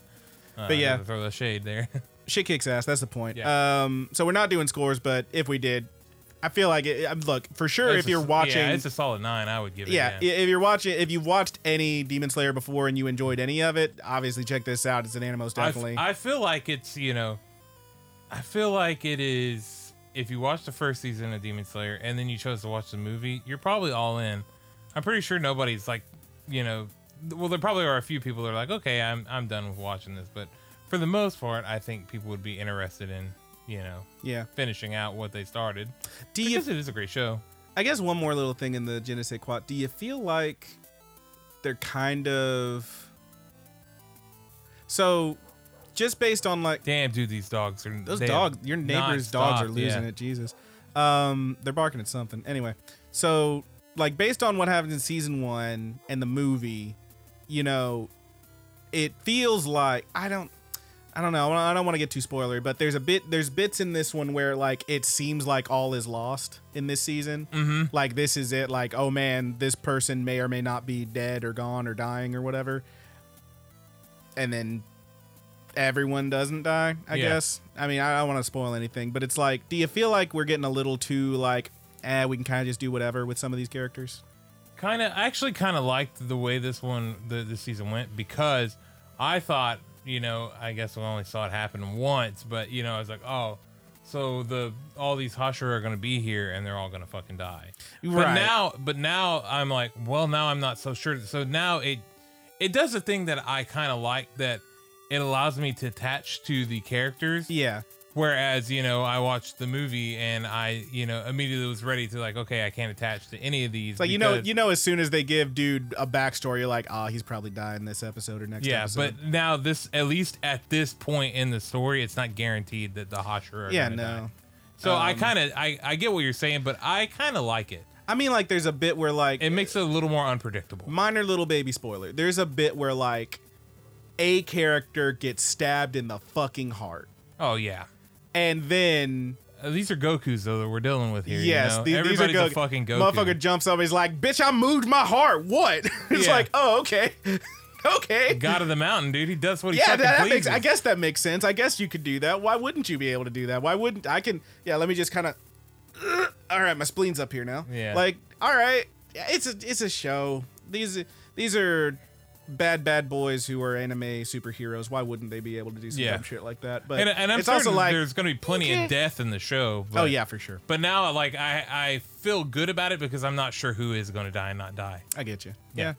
uh,
But yeah.
throw the shade there.
shit kicks ass. That's the point.
Yeah.
Um, so we're not doing scores, but if we did, I feel like it. um, Look, for sure,
It's
if
a
you're
s-
watching,
yeah, it's a solid nine. I would give it.
yeah,
Yeah,
i- if you're watching, if you've watched any Demon Slayer before and you enjoyed any of it, obviously check this out. It's an animos
I f-
definitely.
I feel like it's you know, I feel like it is. If you watch the first season of Demon Slayer and then you chose to watch the movie, you're probably all in. I'm pretty sure nobody's like, you know, th- well, there probably are a few people that are like, okay, I'm I'm done with watching this, but for the most part, I think people would be interested in, you know,
yeah.
finishing out what they started.
Do you?
Because it is a great show.
I guess one more little thing in the Genesee Quat. Do you feel like they're kind of so? Just based on like
Damn, dude, these dogs are
Those
they have
dogs, your
not
neighbor's dogs are
stopped, yeah.
losing it. Jesus, um, they're barking at something. Anyway, so like based on what happens in season one and the movie, you know, it feels like I don't, I don't know, I don't want to get too spoilery, but there's a bit, there's bits in this one where like it seems like all is lost in this season. Mm-hmm. Like this is it. Like oh man, this person may or may not be dead or gone or dying or whatever. And then everyone doesn't die, I
Yeah.
guess. I mean, I don't want to spoil anything, but it's like, do you feel like we're getting a little too like, eh, we can kind of just do whatever with some of these characters?
kind of I actually kind of liked the way this one the this season went because I thought, you know, I guess we only saw it happen once, but you know, I was like, oh, so the all these Hashira are gonna be here and they're all gonna fucking die. But
Right.
now, but now I'm like, well, now I'm not so sure. So now it it does a thing that I kind of like that it allows me to attach to the characters.
Yeah.
Whereas, you know, I watched the movie and I, you know, immediately was ready to like, okay, I can't attach to any of these.
It's like you know,
because-
you know, as soon as they give dude a backstory, you're like, ah, he's probably dying this episode or next.
yeah,
episode.
but now this, at least at this point in the story, it's not guaranteed that the Hashira. Are
yeah,
gonna
no. Um,
die. So I kind of, I, I get what you're saying, but I kind of like it.
I mean, like, there's a bit where like
It makes it a little more unpredictable.
minor little baby spoiler. There's a bit where like a character gets stabbed in the fucking heart,
Oh yeah,
and then
Uh, these are Goku's though that we're dealing with here.
yes,
you
the-
know?
these are
everybody's
Goku.
a fucking Goku.
Motherfucker jumps up. He's like, bitch, I moved my heart. What? it's
Yeah.
like, oh, okay, okay.
God of the Mountain, dude. He does what he
yeah, that,
fucking
that
pleases.
makes. I guess that makes sense. I guess you could do that. Why wouldn't you be able to do that? Why wouldn't I can? Yeah, let me just kind of. all right, my spleen's up here now.
Yeah.
Like, all right, yeah, it's a it's a show. These these are bad bad boys who are anime superheroes. Why wouldn't they be able to do some
Yeah.
dumb shit like that? But
And, and I'm
it's
certain
also like,
there's going to be plenty
okay.
of death in the show. But,
oh yeah, for sure.
But now, like, I I feel good about it because I'm not sure who is going to die and not die.
I get you. Yeah.
Yeah.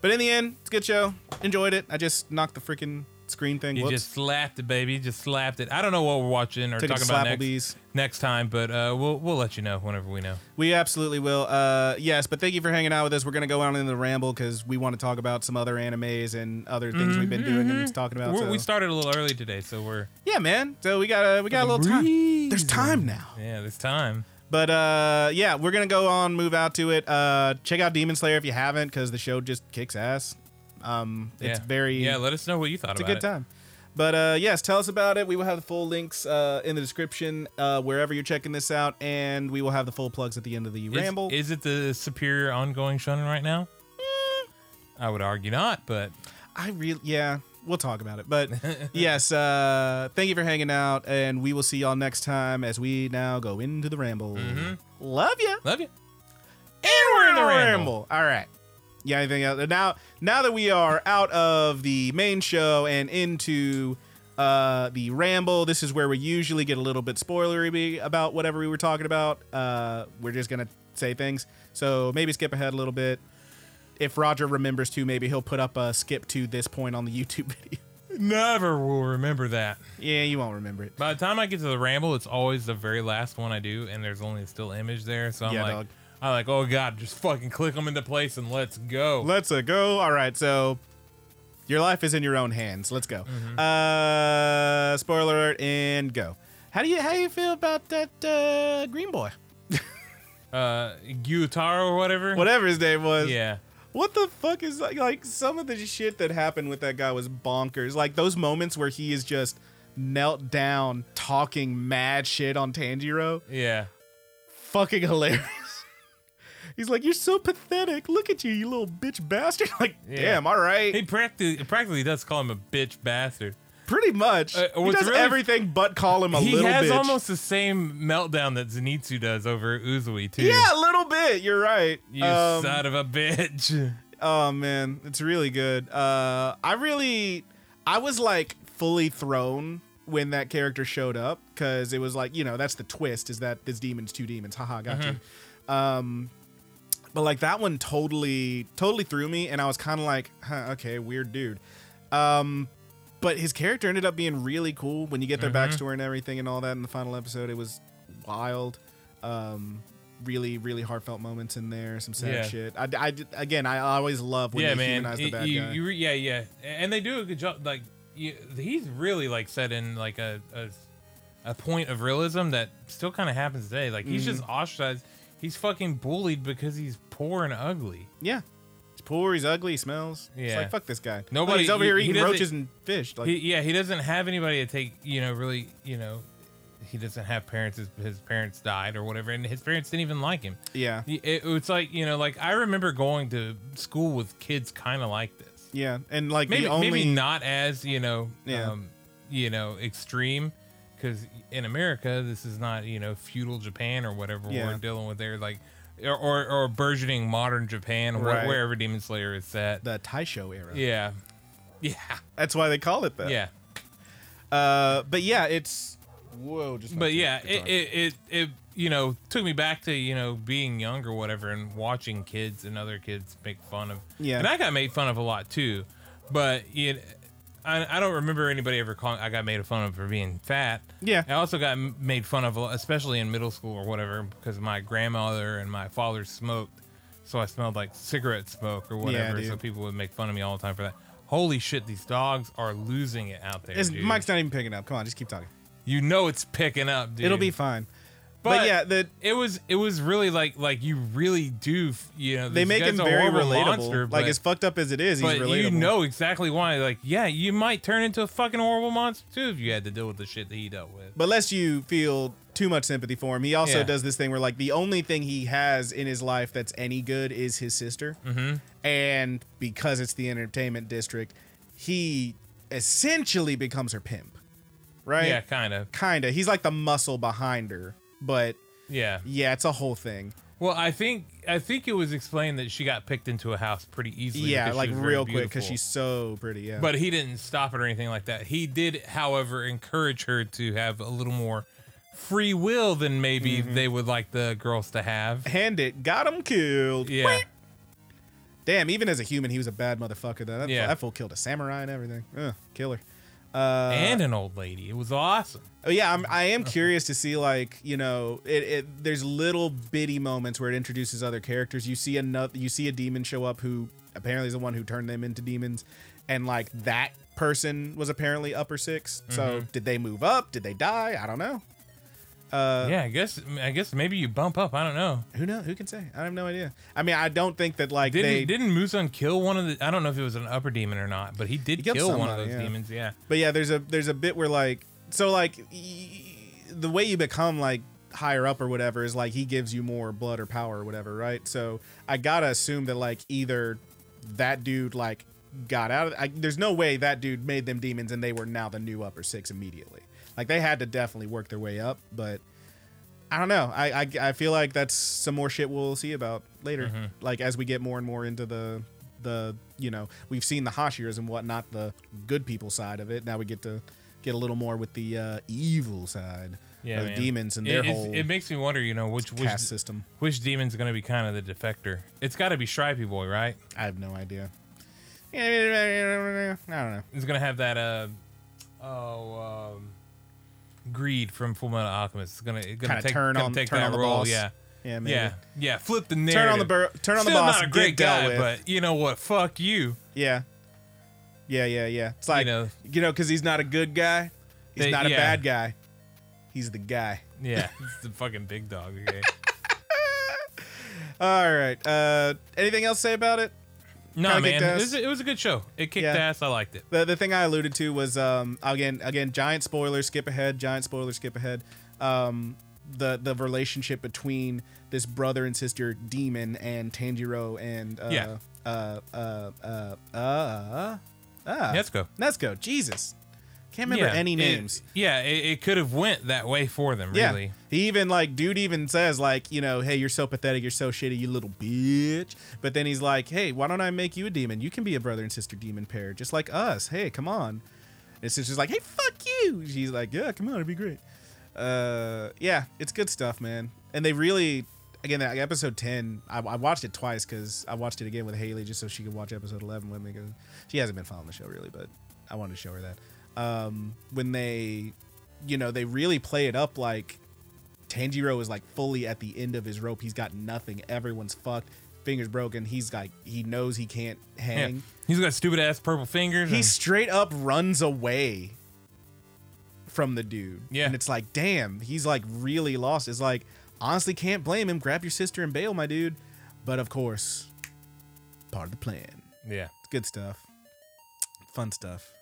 But in the end, it's a good show. Enjoyed it. I just knocked the freaking screen thing.
You
Whoops.
just slapped it, baby. You just slapped it. I don't know what we're watching or
Took it to
talking about next,
Slapplebee's.
next time, but uh, we'll we'll let you know whenever we know.
We absolutely will. Uh, yes, but thank you for hanging out with us. We're gonna go out in the ramble because we want to talk about some other animes and other things we've been doing and talking about.
Mm-hmm. We're,
So.
we started a little early today, so we're
yeah, man. So we got a we got a little time. There's time now.
yeah, this time.
But uh, yeah, we're gonna go on move out to it. Uh, check out Demon Slayer if you haven't, because the show just kicks ass. Um, it's
yeah.
very
yeah. Let us know what you thought
it's a
about
good time. But uh, yes, tell us about it. We will have the full links uh, in the description uh, wherever you're checking this out, and we will have the full plugs at the end of the
it. Is-
ramble.
Is, it the superior ongoing shonen right now? Mm, I would argue not, but
I really, yeah, we'll talk about it. But yes, uh, thank you for hanging out, and we will see y'all next time as we now go into the ramble. Love ya.
love you.
And Mm-hmm. we're in the ramble. All right. Yeah. Anything else? Now, now that we are out of the main show and into uh, the ramble, this is where we usually get a little bit spoilery about whatever we were talking about. Uh, we're just gonna say things, so maybe skip ahead a little bit. If Roger remembers to, maybe he'll put up a skip to this point on the YouTube video.
Never will remember that.
yeah, you won't remember it.
By the time I get to the ramble, it's always the very last one I do, and there's only a still image there. So I'm
Yeah,
like,
dog.
I'm like, oh god, just fucking click them into place and let's go.
Let's uh, go. All right, so your life is in your own hands. Let's go.
Mm-hmm.
Uh, spoiler alert and go. How do you how do you feel about that uh, Green Boy?
uh, Gyutaro or whatever.
Whatever his name was.
Yeah.
What the fuck is like, like some of the shit that happened with that guy was bonkers. Like those moments where he is just knelt down talking mad shit on Tanjiro.
Yeah.
Fucking hilarious. He's like, You're so pathetic. Look at you, you little bitch bastard. Like,
Yeah.
damn, all right.
He practically practically does call him a bitch bastard.
Pretty much.
Uh,
he
what's
does
really-
everything but call him a
He
little
has
bitch.
almost the same meltdown that Zenitsu does over Uzui too.
yeah, a little bit. You're right.
You
Um,
son of a bitch.
oh man, it's really good. Uh, I really, I was like fully thrown when that character showed up because it was like you know that's the twist is that this demon's two demons. Haha, got
Mm-hmm.
you. Um, but like that one totally, totally threw me, and I was kind of like, huh, okay, weird dude. Um, but his character ended up being really cool when you get their
Mm-hmm.
backstory and everything and all that in the final episode. It was wild. Um, really, really heartfelt moments in there. Some sad
Yeah.
shit. I, I did- again, I always love when
yeah,
they
man.
humanize the
You-
bad
you-
guy.
you re- yeah, yeah, and they do a good job. Like you, he's really like set in like a a, a point of realism that still kind of happens today. Like
Mm-hmm.
he's just ostracized. He's fucking bullied because he's poor and ugly.
yeah, he's poor. He's ugly. He smells. It's
Yeah.
like fuck this guy.
Nobody-
He's over
he-
here
he
eating
doesn't-
roaches and fish. Like
He, yeah, he doesn't have anybody to take. You know, really. You know, he doesn't have parents. His, his parents died or whatever, and his parents didn't even like him.
yeah,
It, it's like you know, like I remember going to school with kids kind of like this.
yeah, and like
maybe
the only
maybe not as you know
Yeah.
um, you know extreme because in America this is not you know feudal Japan or whatever
Yeah.
we're dealing with there like or or, or burgeoning modern Japan wh-
Right.
wherever Demon Slayer is set
the Taisho era.
yeah Yeah.
That's why they call it that.
Yeah.
Uh, but yeah, it's whoa. Just
But yeah, it, it, it, it, you know, took me back to, you know, being young or whatever and watching kids and other kids make fun of.
Yeah.
And I got made fun of a lot too. But you know, I, I don't remember anybody ever calling, I got made fun of for being fat.
Yeah.
I also got m- made fun of, a lot, especially in middle school or whatever, because my grandmother and my father smoked. So I smelled like cigarette smoke or whatever. so
dude.
people would make fun of me all the time for that. Holy shit, these dogs are losing it out there.
It's-
dude.
Mike's not even picking up. Come on, just keep talking.
you know it's picking up, dude.
It'll be fine. But,
But-
yeah, the
it was it was really like like you really do f- you know
they
this
make
guy's
him
a
very
horrible
relatable.
monster,
like
but,
as fucked up as it is, he's
but
relatable.
you know exactly why like yeah you might turn into a fucking horrible monster too if you had to deal with the shit that he dealt with
But lest you feel too much sympathy for him, he also
Yeah.
does this thing where like the only thing he has in his life that's any good is his sister, mm-hmm. and because it's the entertainment district, he essentially becomes her pimp, right?
yeah kind of
kinda. He's like the muscle behind her, but
yeah
yeah, it's a whole thing.
well I think I think it was explained that she got picked into a house pretty easily
yeah,
because she
like
was very
real quick because
beautiful.
she's so pretty. Yeah,
but he didn't stop it or anything like that he did however encourage her to have a little more free will than maybe
Mm-hmm.
they would like the girls to have
hand it got him killed.
yeah.
Damn, even as a human, he was a bad motherfucker. Though that,
Yeah.
that fool killed a samurai and everything. Ugh, killer. Uh,
and an old lady. It was awesome.
Oh, yeah, I'm, I
Uh-huh.
am curious to see like you know, it, it there's little bitty moments where it introduces other characters. You see another, you see a demon show up who apparently is the one who turned them into demons, and like that person was apparently upper 6 So
Mm-hmm.
did they move up? Did they die? I don't know. uh,
yeah, I guess I guess maybe you bump up. I don't know.
Who know? Who can say? I have no idea. I mean, I don't think that like
Didn't
they.
didn't Muzan kill one of the? I don't know if it was an upper demon or not, but he did
killed
kill one of
somebody,
those
yeah. Uh,
demons. Yeah,
But yeah, there's a there's a bit where like so like y- the way you become like higher up or whatever is like he gives you more blood or power or whatever, right? So I gotta assume that like either that dude like got out of I, there's no way that dude made them demons and they were now the new upper six immediately. Like they had to definitely work their way up, but I don't know. I I, I feel like that's some more shit we'll see about later.
Mm-hmm.
Like as we get more and more into the the you know we've seen the Hashiras and whatnot, the good people side of it. Now we get to get a little more with the uh, evil side,
yeah.
or the
man.
demons and
It-
their
it's-
whole
it makes me wonder, you know, which which
caste system.
which demon's gonna be kind of the defector. It's got to be Shripey Boy, right?
I have no idea. I don't know.
It's gonna have that uh oh um, greed from Full Metal Alchemist. It's gonna it's gonna
Kinda
take
turn
gonna
on-
take
turn
that
on the
role.
boss.
Yeah,
Yeah, maybe.
yeah, yeah. Flip the narrative.
Turn on the bur- turn on
Still
the boss.
not a
get
great
dealt
guy,
with.
but you know what? Fuck you.
yeah, yeah, yeah, yeah. It's like you know
know.
because he's not a good guy. He's
They-
not a
yeah.
bad guy. He's the guy.
Yeah, it's the fucking big dog. Okay.
All right. Uh, anything else to say about it?
no,
Kinda kicked
man,
ass.
this, it was a good show. It kicked
Yeah.
ass. I liked it.
The, the thing I alluded to was um, again again giant spoiler skip ahead giant spoiler skip ahead um, the the relationship between this brother and sister demon and Tanjiro and uh,
Yeah.
uh, uh, uh, uh, uh,
Let's go.
Nezuko Jesus can't remember
yeah,
any
it-
names
yeah, it, it could have went that way for them.
Yeah.
Really.
He even like dude even says like, you know, hey, you're so pathetic, you're so shitty, you little bitch. But then he's like, hey, why don't I make you a demon? You can be a brother and sister demon pair, just like us. Hey, come on. And sister's like, hey, fuck you. She's like, yeah, come on, it'd be great. Uh, yeah, it's good stuff, man. And they really, again, that episode ten, I, I watched it twice because I watched it again with Haley just so she could watch episode eleven with me because she hasn't been following the show really, but I wanted to show her that. Um, when they, you know, they really play it up like Tanjiro is like fully at the end of his rope. He's got nothing. Everyone's fucked. Fingers broken. He's like he knows he can't
Yeah.
hang.
He's got stupid ass purple fingers.
He
and-
straight up runs away from the dude.
Yeah.
And it's like, damn, he's like really lost. It's like, honestly, can't blame him. Grab your sister and bail, my dude. But of course, part of the plan.
yeah.
It's good stuff. Fun stuff.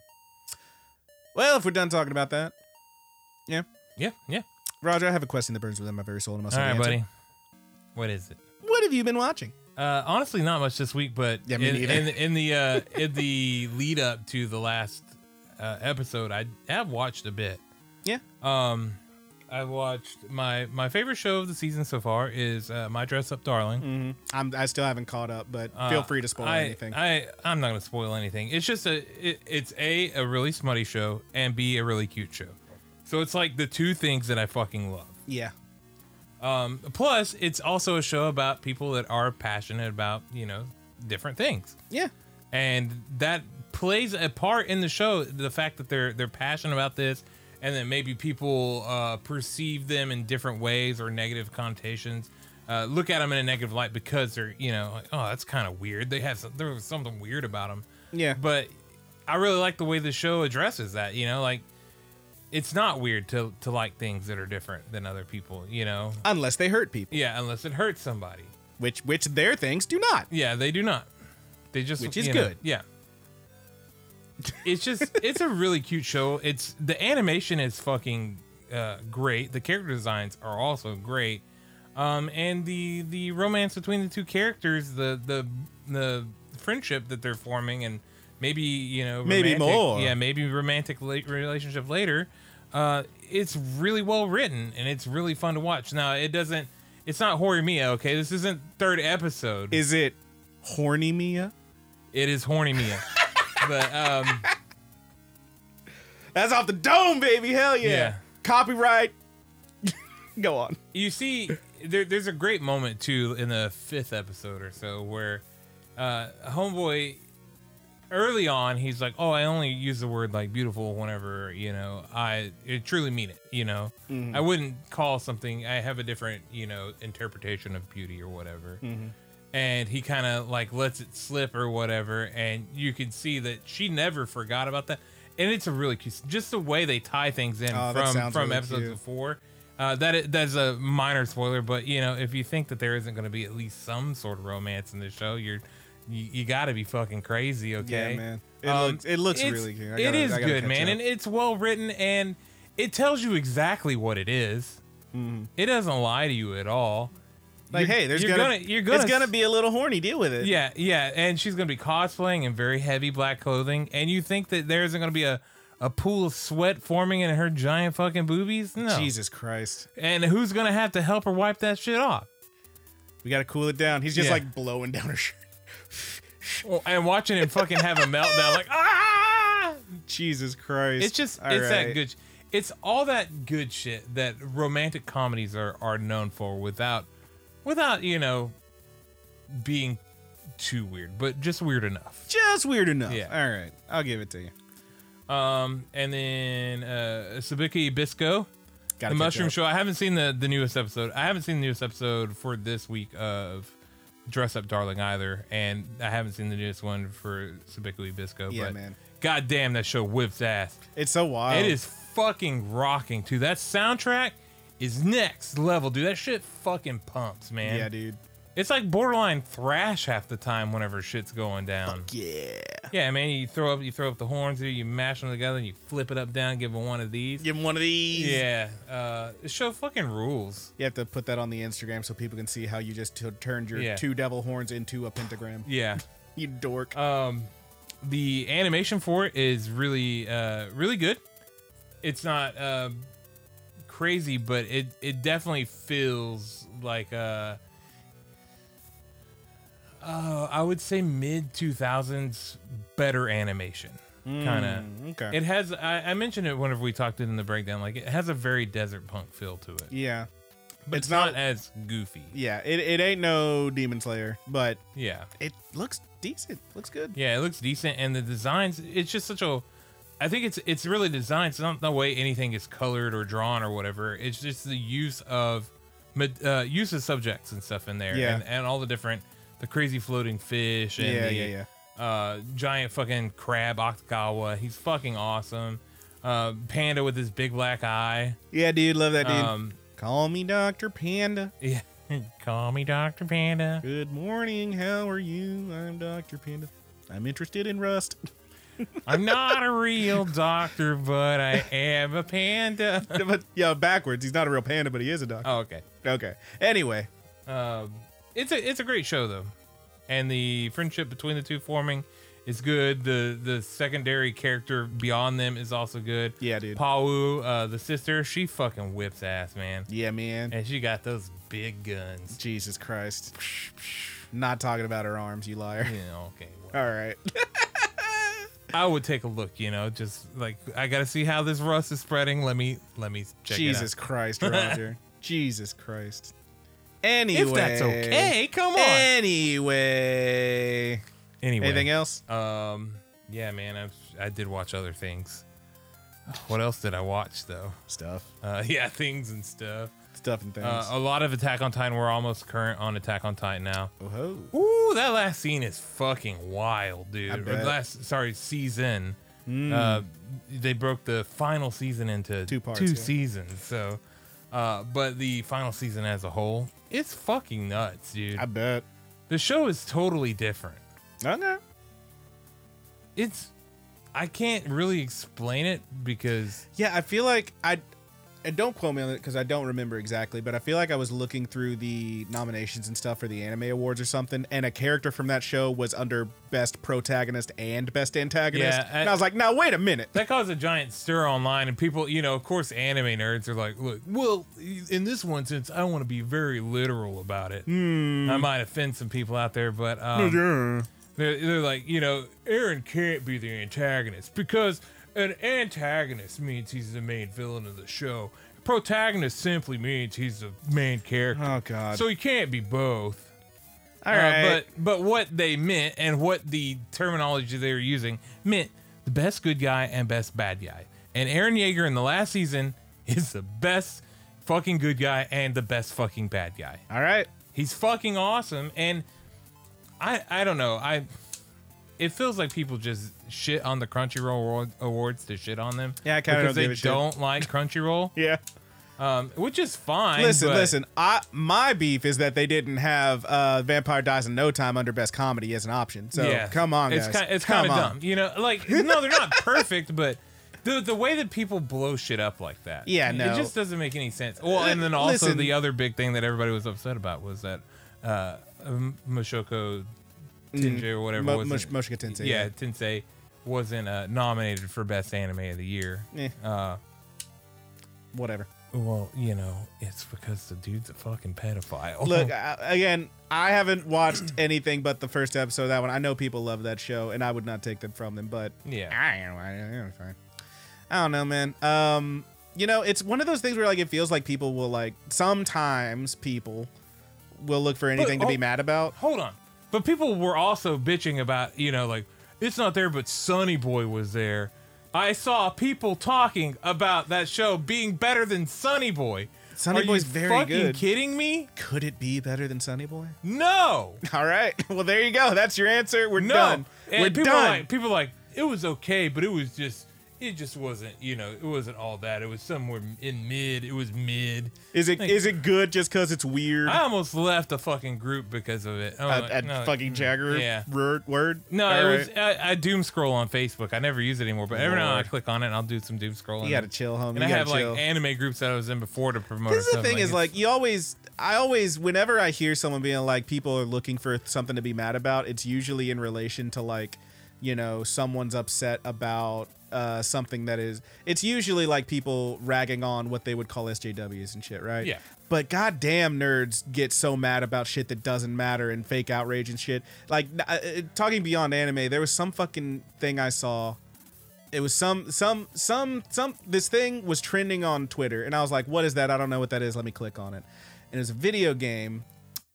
Well, if we're done talking about that, yeah.
Yeah. Yeah.
Roger, I have a question that burns within my very soul and I must
All
have
right,
an answer.
buddy. What is it?
What have you been watching?
Uh, honestly, not much this week, but
Yeah, me
in,
neither.
in, in the uh, in the lead up to the last uh, episode, I have watched a bit.
Yeah.
Um, I watched my my favorite show of the season so far is uh, My Dress Up
Mm.
Darling.
I'm, I still haven't caught up, but feel
Uh,
free to spoil
I,
anything.
I I'm not gonna spoil anything. It's just a it, it's a a really smutty show and b a really cute show. So it's like the two things that I fucking love.
yeah.
Um, plus, it's also a show about people that are passionate about you know different things,
Yeah.
and that plays a part in the show. The fact that they're they're passionate about this, and that maybe people uh, perceive them in different ways or negative connotations. Uh, look at them in a negative light because they're you know like, oh that's kind of weird. They have some, there was something weird about them
Yeah.
but I really like the way the show addresses that. You know, like it's not weird to to like things that are different than other people. You know,
Unless they hurt people,
yeah, unless it hurts somebody.
which which their things do not.
Yeah, they do not. They just
Which is
you know,
good.
Yeah. It's just it's a really cute show. It's the animation is fucking uh, great. The character designs are also great. Um, and the the romance between the two characters, the the the friendship that they're forming, and maybe you know
Maybe
romantic-
more.
yeah maybe romantic la- relationship later. Uh, it's really well written and it's really fun to watch. Now it doesn't. It's not horror Mia, okay? This isn't third episode.
Is it horny Mia?
It is horny Mia. but um
That's off the dome, baby. Hell yeah.
Yeah.
Copyright. Go on.
you see there, there's a great moment too in the fifth episode or so where uh homeboy early on he's like oh i only use the word like beautiful whenever you know i, I truly mean it you know
Mm-hmm.
i wouldn't call something i have a different you know interpretation of beauty or whatever
Mm-hmm.
and he kind of like lets it slip or whatever and you can see that she never forgot about that and it's a really cute just the way they tie things in
Oh, that
from
sounds
from
really
episodes
cute.
before uh, that i- that's a minor spoiler but you know if you think that there isn't going to be at least some sort of romance in the show you're you, you got to be fucking crazy okay
Yeah, man. It
Um,
looks it looks
it's-
really good. I
it
gotta-
is
I gotta
good
catch
man
up.
and it's well written and it tells you exactly what it is.
Mm-hmm.
it doesn't lie to you at all
like,
you're-
hey, there's
you're
gonna,
gonna- you're gonna
it's gonna
s-
be a little horny. Deal with it.
Yeah, yeah, and she's gonna be cosplaying in very heavy black clothing, and you think that there isn't gonna be a a pool of sweat forming in her giant fucking boobies? No.
Jesus Christ.
And who's gonna have to help her wipe that shit off?
We gotta cool it down. He's just
Yeah.
like blowing down her shirt.
Well, And watching him fucking have a meltdown, like ah!
Jesus Christ.
It's just
All
it's that
right.
good. sh- It's all that good shit that romantic comedies are are known for, without without you know being too weird, but just weird enough.
Just weird enough.
Yeah.
All right. I'll give it to you.
Um, and then uh, Sabiki Bisco.
Gotta
the
catch
mushroom
up.
show. I haven't seen the the newest episode. I haven't seen the newest episode for this week of Dress Up Darling either, and I haven't seen the newest one for Sabically Bisco.
Yeah,
but
man.
God damn, that show whips ass.
It's so wild.
It is fucking rocking too. That soundtrack is next level, dude. That shit fucking pumps, man.
Yeah, dude.
It's like borderline thrash half the time whenever shit's going down.
Yeah.
Yeah, man. You throw up, you throw up the horns here, you mash them together, and you flip it up down, give them one of these.
Give him one of these.
Yeah, uh, the show fucking rules.
You have to put that on the Instagram so people can see how you just t- turned your
Yeah.
two devil horns into a pentagram.
Yeah,
You dork.
um, the animation for it is really, uh, really good. It's not uh, crazy, but it it definitely feels like uh, uh, I would say mid two thousands better animation kind of.
Mm, okay.
It has. I, I mentioned it whenever we talked it in the breakdown. Like it has a very desert punk feel to it,
yeah.
but
it's
it's not,
not-
as goofy.
Yeah. It, it ain't no Demon Slayer, but
Yeah.
it looks decent. Looks good.
Yeah, it looks decent, and the designs. It's just such a. I think it's it's really designed. It's not the way anything is colored or drawn or whatever. It's just the use of, ma- uh, use of subjects and stuff in there.
Yeah.
And, and all the different, the crazy floating fish and
Yeah,
the
yeah, yeah.
Uh, giant fucking crab Octagawa. He's fucking awesome. Uh, panda with his big black eye.
Yeah, dude. Love that dude.
Um,
Call me Dr. Panda.
yeah. Call me Doctor Panda.
Good morning. How are you? I'm Dr. Panda. I'm interested in Rust.
I'm not a real doctor, but I am a panda.
but yeah, backwards. He's not a real panda, but he is a doctor.
oh, okay.
Okay. Anyway,
Um, it's a it's a great show though, and the friendship between the two forming is good. The the secondary character beyond them is also good.
Yeah, dude.
Pawu, uh, the sister, she fucking whips ass, man,
Yeah, man.
and she got those big guns.
Jesus Christ. Not talking about her arms, you liar.
You know, okay. well,
All right.
I would take a look. You know, just like I gotta see how this rust is spreading. Let me let me check
Jesus
it
Christ, Roger. Jesus Christ. Anyway.
out. If that's okay, come on.
Anyway. Eh,
anyway,
Anything else?
Um, yeah, man, I've, I did watch other things. What else did I watch though?
Stuff.
Uh, yeah, things and stuff.
Stuff and things.
Uh, a lot of Attack on Titan. We're almost current on Attack on Titan now.
oh.
Ooh, that last scene is fucking wild, dude.
I
Or
bet. Hmm.
Last, sorry, season. Uh, they broke the final season into
Two parts,
two
yeah.
seasons. So, uh, but the final season as a whole, it's fucking nuts, dude.
I bet.
the show is totally different.
Okay.
It's, I can't really explain it because
Yeah, I feel like I. And don't quote me on it because I don't remember exactly, but I feel like I was looking through the nominations and stuff for the anime awards or something, and a character from that show was under best protagonist and best antagonist.
Yeah, I-
and I was like, now wait a minute.
that caused a giant stir online, and people, you know, of course, anime nerds are like, "Look, well, in this one sense, I want to be very literal about it.
Hmm.
I might offend some people out there, but um, they're, they're like, you know, Aaron can't be the antagonist because an antagonist means he's the main villain of the show. Protagonist simply means he's the main character.
Oh, God.
So he can't be both.
All
Uh,
right.
but but what they meant and what the terminology they were using meant the best good guy and best bad guy. And Aaron Yeager in the last season is the best fucking good guy and the best fucking bad guy.
All right.
He's fucking awesome and I I don't know. I it feels like people just shit on the Crunchyroll award- awards to shit on them.
Yeah, I kinda
because
don't give
they
a shit.
don't like Crunchyroll,
Yeah.
um, which is fine.
Listen,
but-
listen. I my beef is that they didn't have uh, Vampire Dies in No Time under Best Comedy as an option. So come on, guys.
It's kind, it's
Come
kind of
on.
dumb, you know. Like, no, they're not perfect, but the the way that people blow shit up like that,
Yeah, no. Uh,
it just doesn't make any sense. Well, and then also
Listen.
the other big thing that everybody was upset about was that uh, M- Mashoko Tenjei or whatever
Mm. Mo-
was
Mosh- Moshika Tensei,
yeah,
yeah.
Tensei wasn't uh, nominated for best anime of the year.
Eh.
Uh,
Whatever.
well, you know, it's because the dude's a fucking pedophile.
Look, I, again, I haven't watched anything but the first episode of that one. I know people love that show, and I would not take that from them, but
Yeah.
I don't know. I don't know, fine. I don't know, man. Um, you know, it's one of those things where like it feels like people will like sometimes people will look for anything to
oh,
be mad about.
hold on. But people were also bitching about, you know, like, it's not there, but Sonny Boy was there. I saw people talking about that show being better than Sonny Boy.
Sonny
Are
Boy's
you
very
fucking
good.
kidding me?
Could it be better than Sunny Boy?
No.
All right. Well, there you go. That's your answer. We're
No.
done.
And
We're
people
done.
Are like people are like, it was okay, but it was just it just wasn't, you know, it wasn't all that. It was somewhere in mid. It was mid.
is it
Like,
is it good just because it's weird?
I almost left the fucking group because of it. I'm
A,
like,
a
no, mm,
fucking Jagger
yeah.
word, word.
No,
All
it
right.
was I, I doom scroll on Facebook. I never use it anymore, but every now and then I
Lord.
click on it and I'll do some doom scrolling.
You gotta chill, homie.
And
you
I
gotta
have
chill.
like anime groups that I was in before to promote.
This is the
stuff,
thing is
it's-
like you always I always whenever I hear someone being like people are looking for something to be mad about, it's usually in relation to like, you know, someone's upset about uh, something that is it's usually like people ragging on what they would call SJWs and shit, right?
Yeah.
But goddamn nerds get so mad about shit that doesn't matter and fake outrage and shit. Like n- uh, uh, talking beyond anime, there was some fucking thing I saw it was some some some some this thing was trending on Twitter and I was like, what is that? I don't know what that is. Let me click on it. And it's a video game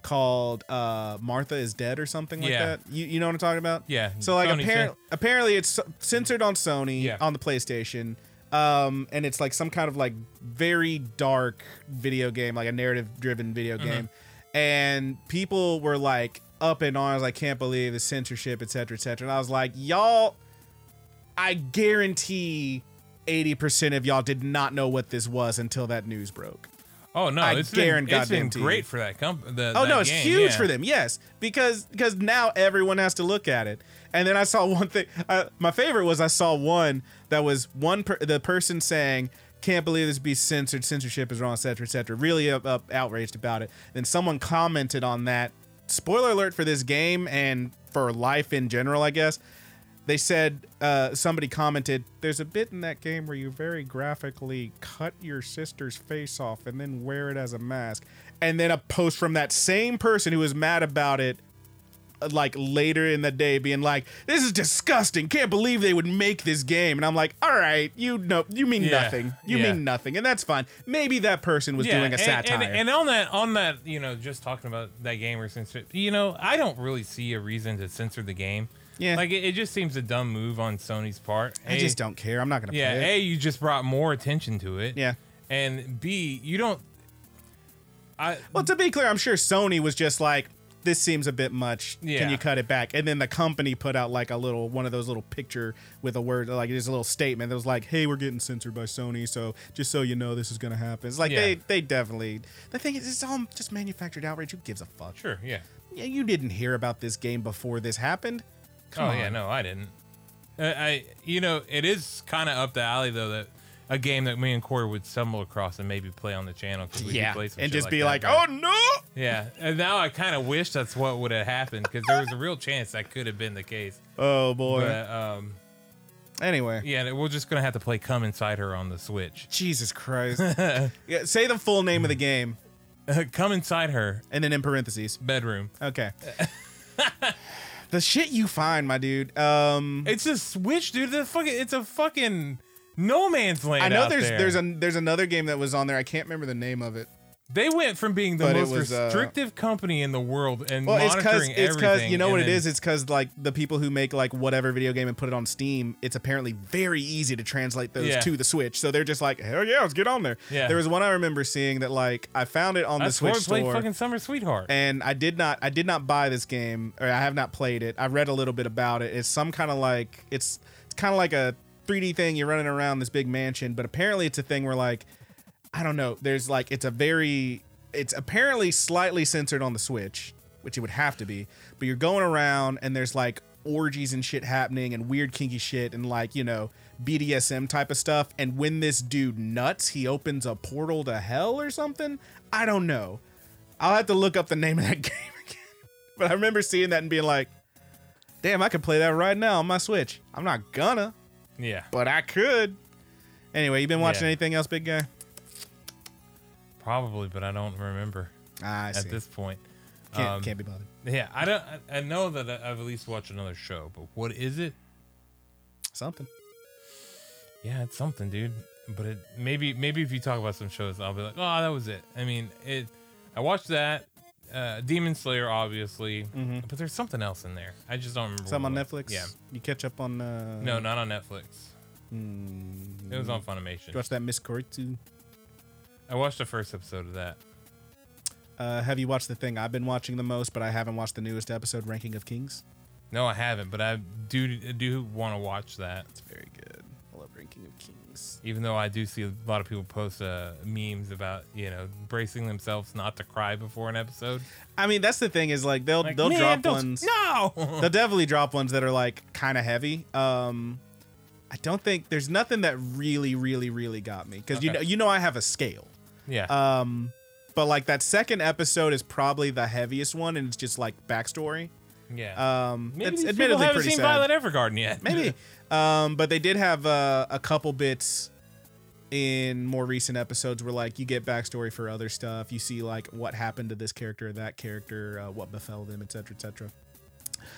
called uh Martha is Dead or something like
Yeah.
that. You you know what I'm talking about?
Yeah,
So like
Sony
apparently
cen-
apparently it's censored on Sony
Yeah.
on the PlayStation. Um, and it's like some kind of like very dark video game, like a narrative driven video game. And people were like up in arms, like can't believe the censorship, et cetera, et cetera. And I was like, y'all I guarantee 80% of y'all did not know what this was until that news broke.
oh no,
I
it's been,
guarantee
it's been
goddamn
great
TV.
for that company.
Oh no, it's huge for them. Yes, because because now everyone has to look at it. And then I saw one thing. Uh, my favorite was I saw one that was one per, the person saying, "Can't believe this be censored. Censorship is wrong, etc., etc." Really up, up, outraged about it. Then someone commented on that. Spoiler alert for this game and for life in general, I guess. they said uh, somebody commented, "There's a bit in that game where you very graphically cut your sister's face off and then wear it as a mask." And then a post from that same person who was mad about it, uh, like later in the day, being like, "This is disgusting! Can't believe they would make this game." And I'm like, "All right, you know, you mean
Yeah,
nothing. You
yeah.
mean nothing, and that's fine. Maybe that person was doing a
and-
satire."
And, and on that, on that, you know, just talking about that game or censor, you know, I don't really see a reason to censor the game.
Yeah.
like it, it just seems a dumb move on Sony's part.
I
A,
just don't care. I'm not gonna
Yeah,
play it.
a you just brought more attention to it.
Yeah.
and B you don't. I
Well, to be clear, I'm sure Sony was just like, this seems a bit much.
Yeah.
Can you cut it back? And then the company put out like a little one of those little picture with a word like just a little statement that was like, "Hey, we're getting censored by Sony, so just so you know, this is gonna happen." It's like
Yeah.
they they definitely the thing is it's all just manufactured outrage. Who gives a fuck?
sure yeah.
Yeah, you didn't hear about this game before this happened. Come
oh
on.
yeah, no, I didn't. I, I you know it is kind of up the alley though that a game that me and Corey would stumble across and maybe play on the channel. 'cause we could
Yeah,
play some
and
shit
just be
that,
like,
but-
"Oh no!"
Yeah, and now I kind of wish that's what would have happened because there was a real chance that could have been the case.
Oh boy.
But um,
anyway,
yeah, we're just gonna have to play "Come Inside Her" on the Switch.
Jesus Christ. yeah, say the full name of the game,
Come inside her
and then in parentheses.
bedroom.
Okay. the shit you find, my dude. Um,
It's a Switch, dude. The fucking, it's a fucking no man's land.
I know
out
there's
there.
there's a there's another game that was on there. I can't remember the name of it.
They went from being the
But it
most
was, uh,
restrictive company in the world and
Well, it's cause
monitoring
it's
everything.
cause you know
and
what it
then-
is. It's cause like the people who make like whatever video game and put it on Steam, it's apparently very easy to translate those
Yeah.
to the Switch. So they're just like, hell yeah, let's get on there.
Yeah.
There was one I remember seeing that like I found it on
I
the
swore
Switch
I played
store.
fucking Summer Sweetheart.
and I did not I did not buy this game or I have not played it. I read a little bit about it. It's some kind of like it's it's kind of like a 3D thing you're running around this big mansion, but apparently it's a thing where like I don't know, there's like it's a very it's apparently slightly censored on the Switch, which it would have to be, but you're going around and there's like orgies and shit happening and weird kinky shit and like, you know, BDSM type of stuff. And when this dude nuts, he opens a portal to hell or something. I don't know. I'll have to look up the name of that game again. But I remember seeing that and being like, damn, I could play that right now on my Switch. I'm not gonna,
yeah,
but I could. Anyway, you been watching
Yeah.
anything else, big guy?
probably, but I don't remember
Ah, I
at
see.
this point.
can't,
um,
can't be bothered.
Yeah, I don't. I- I know that I- I've at least watched another show, but what is it?
Something.
Yeah, it's something, dude. But it maybe maybe if you talk about some shows, I'll be like, oh, that was it. I mean, it. I watched that. Uh, Demon Slayer, obviously, but there's something else in there. I just don't remember.
Mm-hmm. Something on
what it was.
Netflix?
Yeah.
You catch up on. Uh,
No, not on Netflix.
mm,
It was on
you
Funimation.
watch that Miss Koritsu?
I watched the first episode of that.
Uh, have you watched the thing I've been watching the most, but I haven't watched the newest episode, Ranking of Kings?
No, I haven't, but I do I do want to watch that.
It's very good. I love Ranking of Kings.
Even though I do see a lot of people post uh, memes about you know bracing themselves not to cry before an episode.
I mean, that's the thing is like they'll
Like,
they'll
"Man,
drop
don't-
ones.
No.
they'll definitely drop ones that are like kind of heavy. Um, I don't think there's nothing that really, really, really got me because you
Okay.
know you know I have a scale.
yeah.
Um, but like that second episode is probably the heaviest one, and it's just like backstory.
yeah.
Um,
Maybe
it's
these people
admittedly
haven't
pretty
seen
sad.
Violet Evergarden yet.
Maybe, um, but they did have uh, a couple bits in more recent episodes where like you get backstory for other stuff. You see like what happened to this character, that character, uh, what befell them, etc., etc.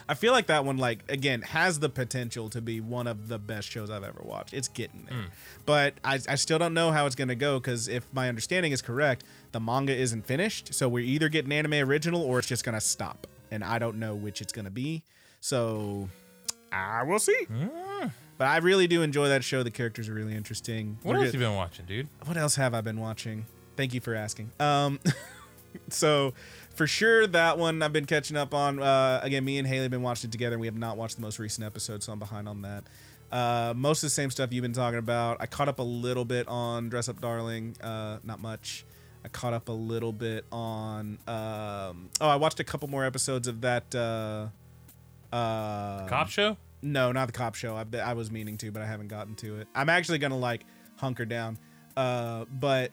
I feel like that one, like again, has the potential to be one of the best shows I've ever watched. It's getting
Hmm.
there, but I, I still don't know how it's gonna go because if my understanding is correct, the manga isn't finished, so we're either getting anime original or it's just gonna stop, and I don't know which it's gonna be. So I will see.
Hmm.
But I really do enjoy that show. The characters are really interesting.
What
They're
else
good-
you been watching, dude?
what else have I been watching? Thank you for asking. Um, so for sure that one I've been catching up on. Uh, again, me and Haley have been watching it together. and We have not watched the most recent episode, so I'm behind on that. Uh, most of the same stuff you've been talking about. I caught up a little bit on Dress Up Darling. Uh, not much. I caught up a little bit on. Um, oh, I watched a couple more episodes of that. Uh, uh,
Cop show?
no, not the cop show. I, bet- I was meaning to, but I haven't gotten to it. I'm actually gonna like hunker down. Uh, but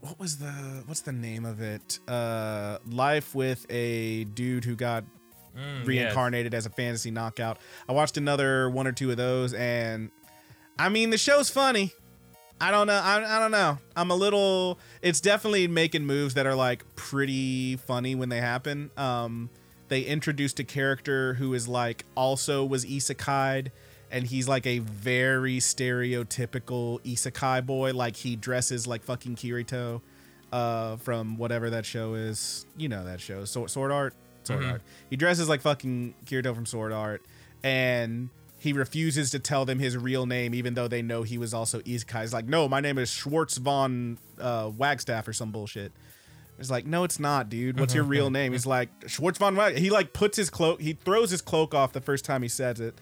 what was the what's the name of it? Uh, life with a dude who got reincarnated as a fantasy knockout. I watched another one or two of those, and I mean the show's funny. I don't know. I, I don't know. I'm a little. It's definitely making moves that are like pretty funny when they happen. Um, they introduced a character who is like also was isekai'd, and he's like a very stereotypical isekai boy. Like he dresses like fucking Kirito, uh, from whatever that show is. You know that show, Sword, Sword Art. Sword Art. He dresses like fucking Kirito from Sword Art, and he refuses to tell them his real name, even though they know he was also Isekai. He's like, no, my name is Schwartz von uh, Wagstaff or some bullshit. It's like, no, it's not, dude. What's your real name? He's like Schwartz von Wag. He like puts his cloak, he throws his cloak off the first time he says it,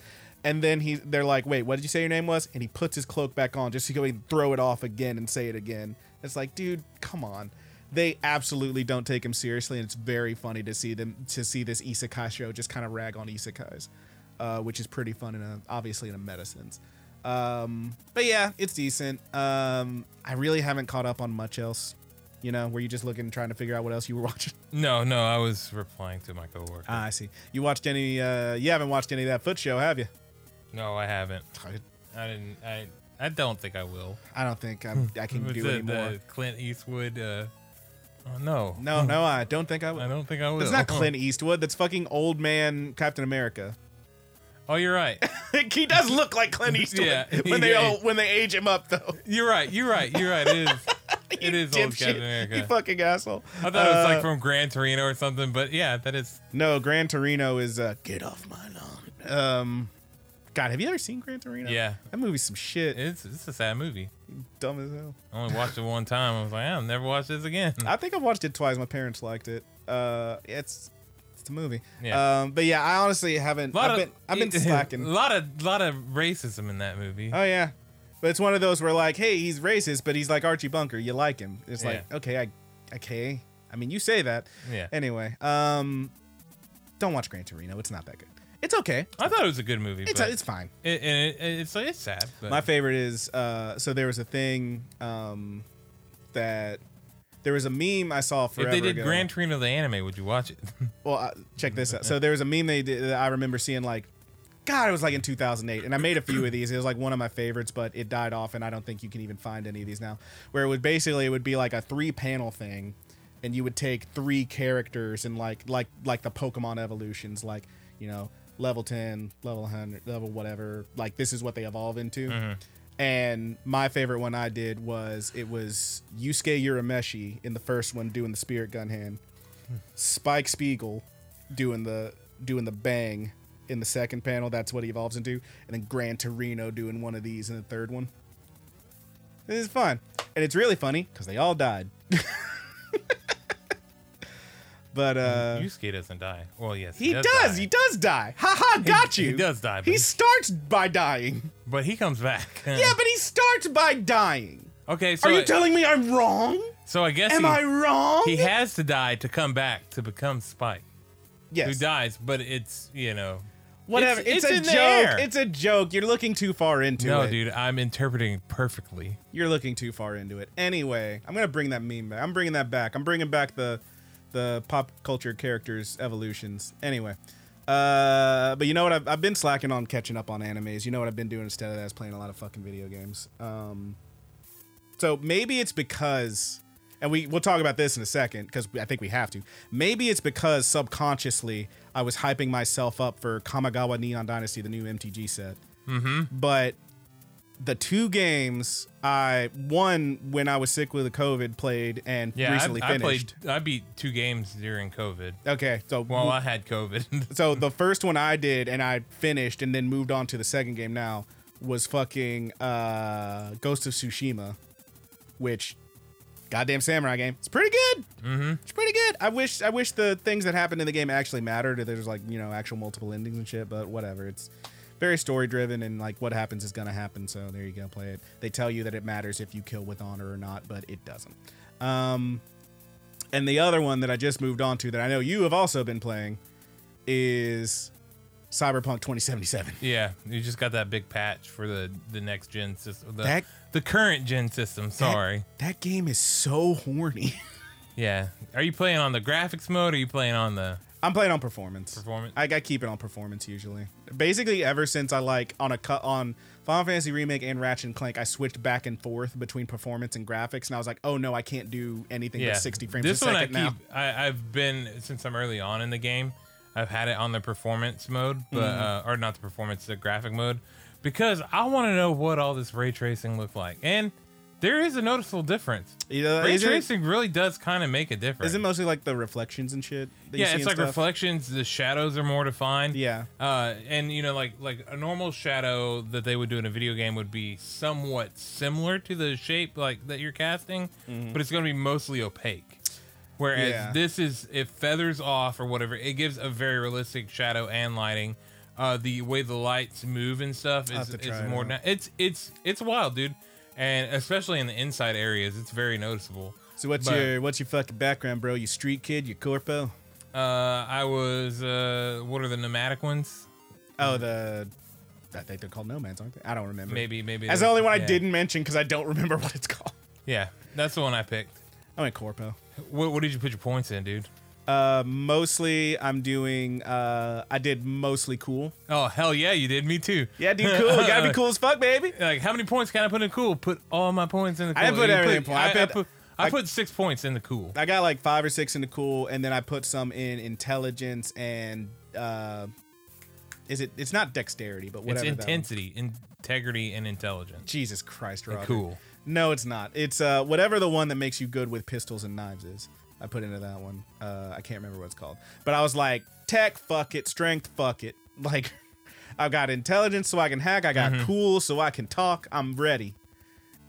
and then he they're like, wait, what did you say your name was? And he puts his cloak back on just to go and throw it off again and say it again. It's like, dude, come on. They absolutely don't take him seriously, and it's very funny to see them to see this isekai show just kind of rag on isekais uh, which is pretty fun and obviously in a meta sense. Um, but yeah, it's decent. Um, I really haven't caught up on much else. You know, were you just looking trying to figure out what else you were watching?
No, no, I was replying to my coworker.
Ah, I see. You watched any? Uh, you haven't watched any of that Foot Show, have you?
no, I haven't. I didn't. I. I don't think I will.
I don't think I'm, I can
Was
do
it
any
the
more.
Clint Eastwood. Uh, oh no.
No, no, I don't think I
I
would.
don't think I will.
That's not Clint Eastwood. That's fucking old man Captain America.
Oh, you're right.
he does look like Clint Eastwood
Yeah.
when they
Yeah.
all- when they age him up though.
You're right. You're right. You're right. It is. it is old
Dipshit.
Captain
You
America.
fucking asshole.
I thought it was
Uh,
like from Gran Torino or something, but yeah, that is.
No, Gran Torino is uh, get off my lawn. Um, God, have you ever seen Gran Torino?
Yeah.
that movie's some shit.
It's it's a sad movie.
Dumb as hell.
I only watched it one time. I was like, I'll never watch this again.
I think I watched it twice. My parents liked it. Uh, it's it's the movie.
Yeah.
Um, but yeah, I honestly haven't. I've been I've been
A
slacking.
lot of lot of racism in that movie.
Oh yeah, but it's one of those where like, hey, he's racist, but he's like Archie Bunker. You like him? It's like,
Yeah.
okay, I, okay. I mean, you say that.
yeah.
Anyway, um, don't watch Gran Torino. It's not that good. It's okay.
I thought it was a good movie.
It's
but
it's fine.
it, and it, it's it's sad. But
My favorite is uh, so there was a thing um, that there was a meme I saw
if
forever
they did
ago.
Gran Torino the anime, would you watch it?
well, uh, check this out. So there was a meme they did that I remember seeing like, God, it was like in 2008, and I made a few of these. It was like one of my favorites, but it died off, and I don't think you can even find any of these now. Where it would basically it would be like a three panel thing, and you would take three characters and like like like the Pokemon evolutions, like you know level 10, level 100, level whatever. Like this is what they evolve into. And my favorite one I did was it was Yusuke Urameshi in the first one doing the spirit gun hand. Spike Spiegel doing the doing the bang in the second panel. That's what he evolves into, and then Gran Torino doing one of these in the third one. This is fun, and it's really funny because they all died. but uh,
Yusuke doesn't die. Well, yes,
he does.
die,
He does die. Ha ha! Got
he
you.
does die, but
He
he-
starts by dying.
but he comes back.
yeah, but he starts by dying.
okay. So
Are you
I,
telling me I'm wrong?
so I guess
Am
he,
I wrong?
he has to die to come back to become Spike,
yes.
who dies. But it's you know.
Whatever. It's,
It's-
a
it's in the
joke.
air.
It's a joke. You're looking too far into
no,
it.
dude, I'm interpreting perfectly.
You're looking too far into it. Anyway, I'm gonna bring that meme back. I'm bringing that back. I'm bringing back the the pop culture characters evolutions. Anyway, uh, but you know what? I've, I've been slacking on catching up on animes. You know what I've been doing instead of that is playing a lot of fucking video games. Um, so maybe it's because, and we we'll talk about this in a second because I think we have to. Maybe it's because subconsciously I was hyping myself up for Kamigawa Neon Dynasty, the new MTG set. Mm-hmm. But the two games I one when I was sick with the COVID played and
Yeah, I-
recently
I,
finished.
played. I beat two games during COVID.
okay, so
Well, I had COVID.
so the first one I did and I finished and then moved on to the second game now was fucking uh, Ghost of Tsushima, which goddamn samurai game. It's pretty good. Mm-hmm. It's pretty good. I wish I wish the things that happened in the game actually mattered. If there's like you know actual multiple endings and shit, but whatever. It's very story driven and like what happens is gonna happen. So there you go, play it. They tell you that it matters if you kill with honor or not, but it doesn't. Um, and the other one that I just moved on to that I know you have also been playing is Cyberpunk 2077.
Yeah, you just got that big patch for the the next gen system. The,
That-
the current gen system. Sorry.
That, that game is so horny.
yeah. Are you playing on the graphics mode? Or are you playing on the?
I'm playing on performance.
Performance.
I, I keep it on performance usually. Basically, ever since I like on a cut on Final Fantasy Remake and Ratchet and Clank, I switched back and forth between performance and graphics, and I was like, oh no, I can't do anything
yeah.
but 60 frames
this
a
one
second
I keep,
now.
I, I've been since I'm early on in the game. I've had it on the performance mode, but
Mm-hmm.
uh, or not the performance, the graphic mode, because I want to know what all this ray tracing looked like, and there is a noticeable difference.
You know,
Ray
isn't it-
tracing really does kind of make a difference.
Is it mostly like the reflections and shit? That you
yeah,
see
it's
and
like
stuff?
reflections. The shadows are more defined.
Yeah.
Uh, and you know, like like a normal shadow that they would do in a video game would be somewhat similar to the shape like that you're casting, but it's going to be mostly opaque.
Mm-hmm.
Whereas
Yeah.
this is it feathers off or whatever. It gives a very realistic shadow and lighting. Uh, the way the lights move and stuff
have
is,
to
is
try it
more.
out.
Na- it's it's it's wild, dude. And especially in the inside areas, it's very noticeable.
So what's
But-
your what's your fucking background, bro? You street kid, you corpo?
Uh, I was uh, what are the pneumatic ones?
Oh, the I think they're called nomads, aren't they? I don't remember.
Mm. Maybe, maybe.
That's the
they're-
only one I
yeah.
didn't mention because I don't remember what it's called.
Yeah, that's the one I picked.
I went corpo.
What, what did you put your points in, dude?
Uh, mostly I'm doing. Uh, I did mostly cool.
Oh hell yeah, you did. Me too.
Yeah, dude, cool. You gotta be cool as fuck, baby.
Like how many points can I put in cool? Put all my points in the. Cool.
I didn't put
You
everything in pool. I
I, I
put-
put, I
I-
put six points in the cool.
I got like five or six into cool, and then I put some in intelligence and uh, is it? It's not dexterity, but
It's
whatever. that one-
intensity, integrity, and intelligence.
Jesus Christ, Robert.
cool.
No, it's not. It's uh, whatever the one that makes you good with pistols and knives is. I put into that one. Uh, I can't remember what it's called. But I was like, tech, fuck it. Strength, fuck it. Like, I've got intelligence so I can hack. I got cool so I can talk. I'm ready.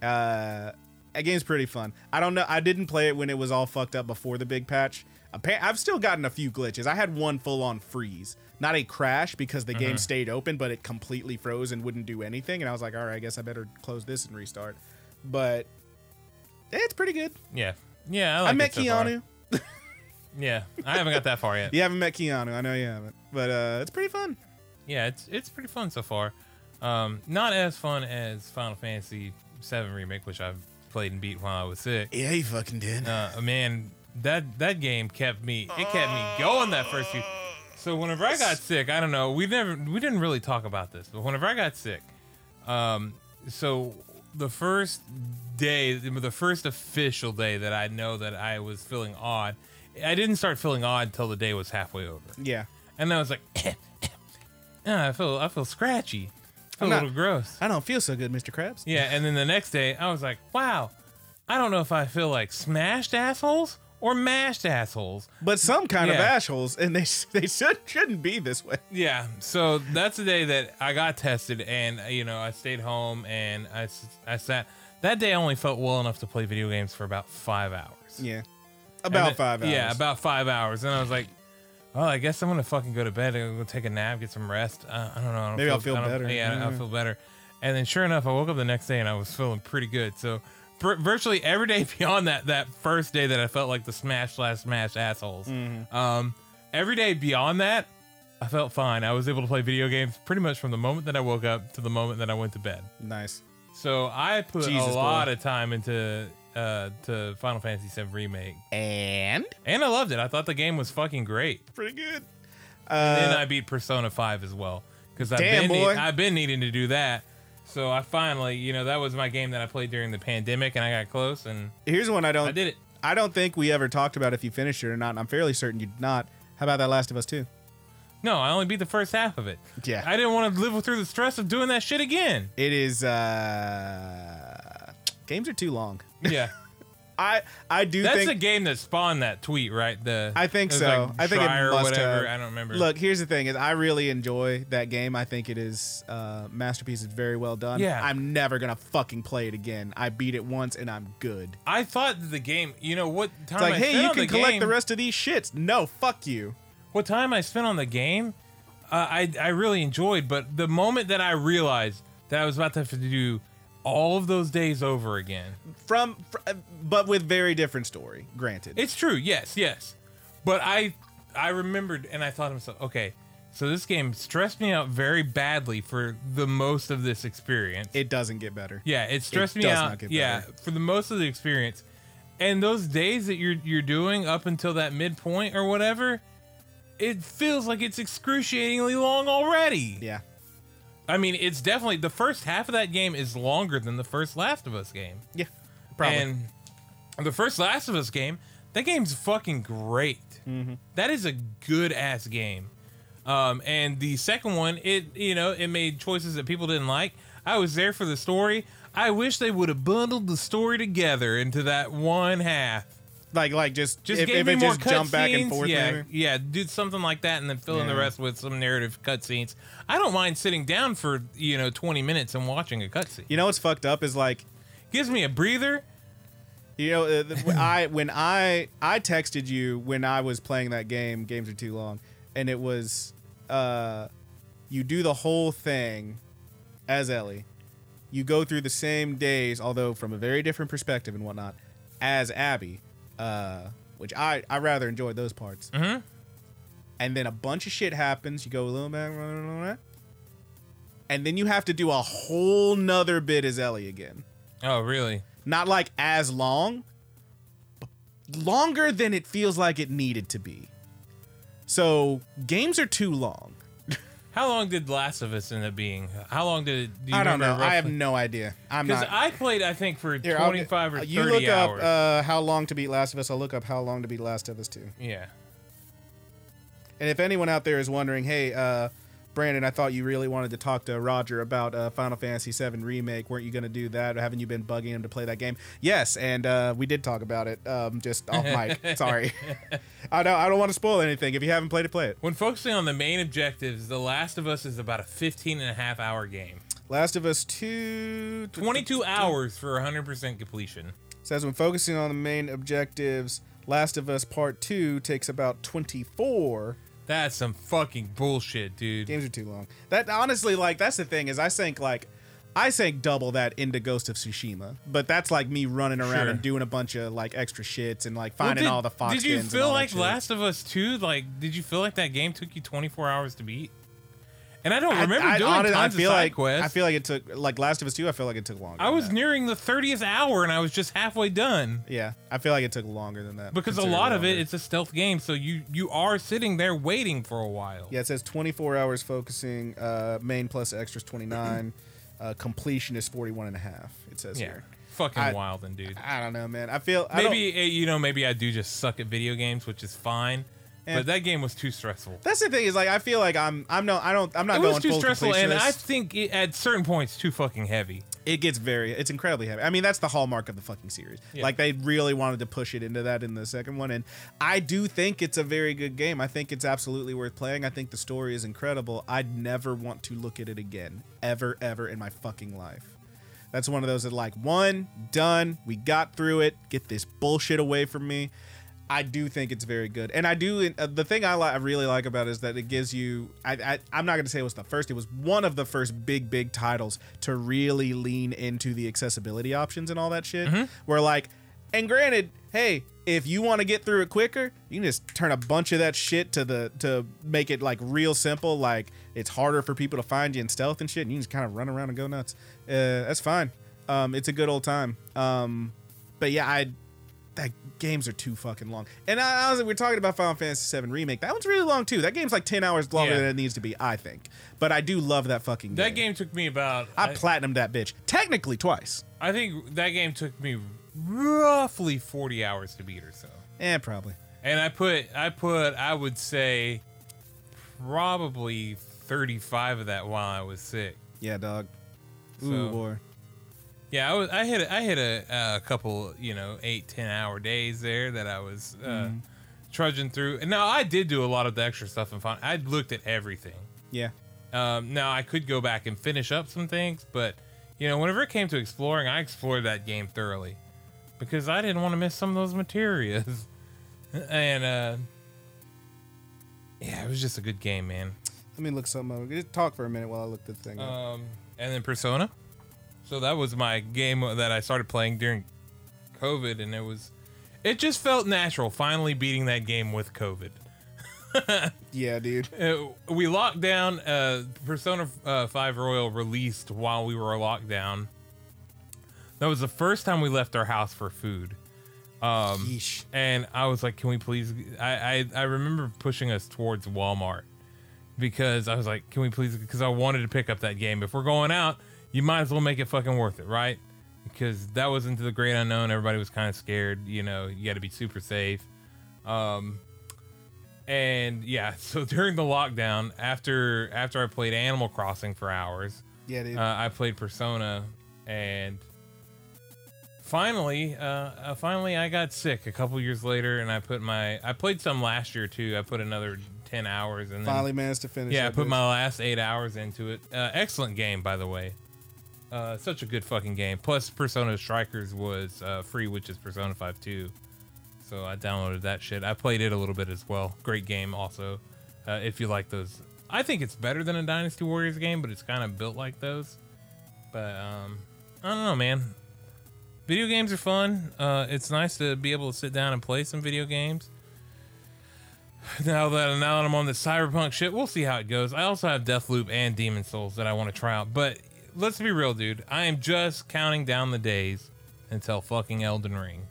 Uh, that game's pretty fun. I don't know. I didn't play it when it was all fucked up before the big patch. Appa- I've still gotten a few glitches. I had one full on freeze, not a crash because the
Mm-hmm.
game stayed open, but it completely froze and wouldn't do anything. And I was like, all right, I guess I better close this and restart. But eh, it's pretty good.
Yeah, yeah. I,
I
like
met
it so far.
Keanu.
Yeah, I haven't got that far yet.
You haven't met Keanu. I know you haven't, but uh, it's pretty fun.
yeah, it's it's pretty fun so far. Um, not as fun as Final Fantasy VII remake, which I've played and beat while I was sick.
Yeah, you fucking did.
Uh, man, that that game kept me. It kept me going that first few. So whenever I got sick, I don't know. We never we didn't really talk about this, but whenever I got sick, um, so the first day, the first official day that I know that I was feeling odd, I didn't start feeling odd till the day was halfway over,
yeah,
and I was like, "Ah, I feel I feel scratchy, I
I'm
feel a
not-
little gross.
I don't feel so good, Mr. Krabs.
Yeah, and then the next day I was like, wow, I don't know if I feel like smashed assholes or mashed assholes.
But some kind of
Yeah.
assholes, and they sh- they should shouldn't be this way.
Yeah, so that's the day that I got tested, and uh, you know I stayed home and I s- I sat that day. I only felt well enough to play video games for about five hours.
Yeah,
And
about
then-
five hours.
Yeah, about five hours, and I was like. Well, I guess I'm gonna fucking go to bed. I'm gonna take a nap, get some rest. Uh, I don't know. I don't
Maybe I'll feel
I don't-
better.
Yeah, I'll
Yeah.
feel better. And then, sure enough, I woke up the next day and I was feeling pretty good. So, vir- virtually every day beyond that that first day that I felt like the smash slash smash assholes.
Mm-hmm.
Um, every day beyond that, I felt fine. I was able to play video games pretty much from the moment that I woke up to the moment that I went to bed.
nice.
So I put
Jesus,
a
boy.
lot of time into uh, to Final Fantasy VII remake,
And
and I loved it. I thought the game was fucking great.
pretty good.
then
Uh,
I beat Persona Five as well because I've
Damn,
been need-
boy.
I've been needing to do that. So I finally, you know, that was my game that I played during the pandemic, and I got close, and
here's one I don't.
I did it.
I don't think we ever talked about if you finished it or not. And I'm fairly certain you did not. How about that Last of Us Two?
No, I only beat the first half of it.
Yeah.
I didn't want to live through the stress of doing that shit again.
It is. uh Games are too long.
Yeah,
I I do
that's
think.
the game that spawned that tweet, right? The
I think
it was
so.
like
I think it
Dryer or
must
whatever.
have.
I don't remember.
Look, here's the thing: is I really enjoy that game. I think it is uh, masterpiece. It's very well done.
Yeah.
I'm never gonna fucking play it again. I beat it once and I'm good.
I thought that the game. You know what time?
It's like,
I
hey,
spent
you
on
can collect
game-
the rest of these shits. No, fuck you.
what time I spent on the game, uh, I I really enjoyed. But the moment that I realized that I was about to have to do all of those days over again,
From, fr- uh, but with very different story. Granted.
it's true. Yes, yes. But I I remembered and I thought to myself, okay, so this game stressed me out very badly for the most of this experience.
it doesn't get better.
Yeah, it stressed me
does
out.
not get
yeah,
better.
for the most of the experience, and those days that you're you're doing up until that midpoint or whatever, it feels like it's excruciatingly long already.
Yeah.
I mean, it's definitely the first half of that game is longer than the first Last of Us game.
Yeah. Probably.
And the first Last of Us game, that game's fucking great. That is a good ass game. Um, and the second one, it you know, it made choices that people didn't like. I was there for the story. I wish they would have bundled the story together into that one half.
like like just,
Just
if, if
gave me
it
more
just jumped back and
cutscenes,
forth.
Yeah,
maybe.
yeah, do something like that, and then fill in the
Yeah.
rest with some narrative cutscenes. I don't mind sitting down for you know twenty minutes and watching a cutscene.
You know what's fucked up is like
Gives me a breather.
You know, uh, the- when I when I I texted you when I was playing that game. Games are too long, and it was, uh, you do the whole thing, as Ellie. You go through the same days, although from a very different perspective and whatnot, as Abby, uh, which I I rather enjoyed those parts.
Mhm.
And then a bunch of shit happens. You go a little back, blah, blah, blah, blah. and then you have to do a whole nother bit as Ellie again
Oh, really?
not like as long, but longer than it feels like it needed to be. So games are too long.
How long did Last of Us end up being? How long did it? Do you
I don't know.
remember
I have no idea. I'm
Because
not.
I played, I think, for
Here, I'll get-
twenty-five or
uh,
thirty
you look up
hours.
uh, how long to beat Last of Us. I'll look up how long to beat Last of Us too.
yeah.
And if anyone out there is wondering, hey, uh, Brandon, I thought you really wanted to talk to Roger about uh, Final Fantasy VII Remake. Weren't you going to do that? Haven't you been bugging him to play that game? Yes, and uh, we did talk about it, um, just off mic. Sorry. I don't, I don't want to spoil anything. If you haven't played it, play it.
When focusing on the main objectives, The Last of Us is about a 15 and a half hour game.
Last of Us 2
22 hours for 100% completion.
says when focusing on the main objectives, Last of Us Part 2 takes about 24.
That's some fucking bullshit, dude.
Games are too long. That honestly like that's the thing is I sank like I sank double that into Ghost of Tsushima, but that's like me running around
Sure.
and doing a bunch of like extra shits and like
Well,
finding
did-
all the fox
Did you
skins and
feel
all that
like
shit.
Last of Us 2? Like, did you feel like that game took you 24 hours to beat? And I don't remember doing
honest-
tons
feel
of side
like
quests.
I feel like it took like Last of Us 2, I feel like it took longer.
I
than
was
that.
nearing the 30th hour and I was just halfway done.
Yeah, I feel like it took longer than that.
Because a
Considerably
lot of it,
longer.
it's a stealth game, so you you are sitting there waiting for a while.
Yeah, it says 24 hours focusing, uh, main plus extras 29, uh, completion is 41 and a half, it says
yeah.
here.
Fucking
I-
wilding, dude.
I don't know, man. I feel I don't-
Maybe eh, you know, maybe I do just suck at video games, which is fine.
Yeah.
But that game was too stressful.
that's the thing is like I feel like I'm I'm no I don't I'm not
It
going
was too
full
stressful, and I
completionist.
think it, at certain points too fucking heavy.
it gets very it's incredibly heavy. I mean that's the hallmark of the fucking series.
Yeah.
Like they really wanted to push it into that in the second one, and I do think it's a very good game. I think it's absolutely worth playing. I think the story is incredible. I'd never want to look at it again, ever, ever in my fucking life. That's one of those that like one done. We got through it. Get this bullshit away from me. I do think it's very good, and I do. Uh, the thing I, li- I really like about it is that it gives you. I, I I'm not going to say it was the first. It was one of the first big big titles to really lean into the accessibility options and all that shit. Where like, and granted, hey, if you want to get through it quicker, you can just turn a bunch of that shit to the to make it like real simple. Like it's harder for people to find you in stealth and shit. And you can just kind of run around and go nuts. Uh, that's fine. Um, it's a good old time. Um, but yeah, I that games are too fucking long. And I, honestly, we're talking about Final Fantasy VII remake. That one's really long too. That game's like ten hours longer
Yeah.
than it needs to be, I think. But I do love that fucking
That
game.
game took me about.
I,
I,
platinumed that bitch technically twice.
I think that game took me roughly forty hours to beat or so.
Eh, probably.
And I put, I put, I would say, probably thirty-five of that while I was sick.
Yeah, dog. Ooh,
So-
boy.
Yeah, I was. I hit. I hit a, a couple, you know, eight ten hour days there that I was uh, trudging through. And now I did do a lot of the extra stuff and fun. I looked at everything.
Yeah.
Um, now I could go back and finish up some things, but you know, whenever it came to exploring, I explored that game thoroughly because I didn't want to miss some of those materials. and uh, yeah, it was just a good game, man.
Let me look something up. Just talk for a minute while I look this thing up.
Um, and then Persona. So that was my game that I started playing during COVID, and it was, it just felt natural finally beating that game with COVID.
Yeah, dude.
Uh, we locked down. Uh, Persona uh, Five Royal released while we were locked down. That was the first time we left our house for food. Um,
Yeesh.
and I was like, "Can we please?" I, I I remember pushing us towards Walmart because I was like, "Can we please?" Because I wanted to pick up that game. If we're going out, you might as well make it fucking worth it, right? Because that was into the great unknown. Everybody was kind of scared. You know, you got to be super safe. Um, and yeah, so during the lockdown, after after I played Animal Crossing for hours,
Yeah, dude.
uh, I played Persona, and finally, uh, uh, finally, I got sick a couple years later, and I put my I played some last year too. I put another ten hours, and then,
Finally managed to finish.
yeah, I
that
put
bitch.
my last eight hours into it. Uh, excellent game, by the way. Uh, such a good fucking game. Plus, Persona Strikers was uh, free, which is Persona Five Two. So I downloaded that shit. I played it a little bit as well. Great game, also. Uh, if you like those, I think it's better than a Dynasty Warriors game, but it's kind of built like those. But um, I don't know, man. Video games are fun. Uh, it's nice to be able to sit down and play some video games. Now that now that I'm on the cyberpunk shit, we'll see how it goes. I also have Deathloop and Demon Souls that I want to try out. But let's be real, dude. I am just counting down the days until fucking Elden Ring.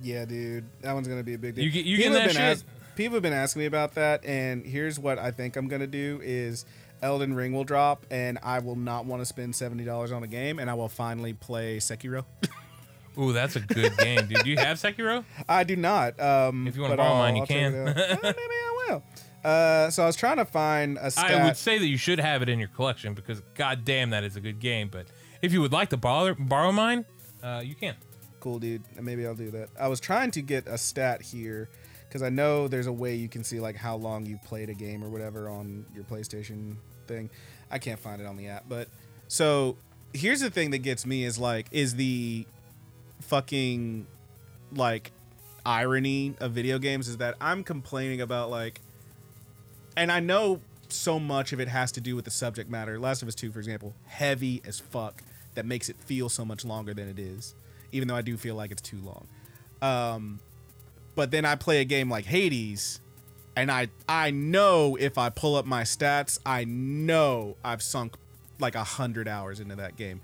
Yeah, dude, that one's gonna be a big deal.
You get- you
People
getting
have
that
been
shit?
ask- people have been asking me about that, and here's what I think I'm gonna do: is Elden Ring will drop, and I will not want to spend seventy dollars on a game, and I will finally play Sekiro.
Ooh, that's a good game, dude. Do you have Sekiro?
I do not. Um,
If you wanna
but
borrow
I'll-
mine, you
I'll check
can.
it out. Well, maybe I will. Uh, so I was trying to find a stat.
I would say that you should have it in your collection because goddamn, that is a good game. But if you would like to borrow, borrow mine, uh, you can.
cool, dude. Maybe I'll do that. I was trying to get a stat here because I know there's a way you can see like how long you played a game or whatever on your PlayStation thing. I can't find it on the app, but so here's the thing that gets me is like is the fucking like irony of video games is that I'm complaining about like and I know so much of it has to do with the subject matter. Last of Us 2, for example, heavy as fuck that makes it feel so much longer than it is, even though I do feel like it's too long. Um, but then I play a game like Hades, and I I know if I pull up my stats, I know I've sunk like a hundred hours into that game.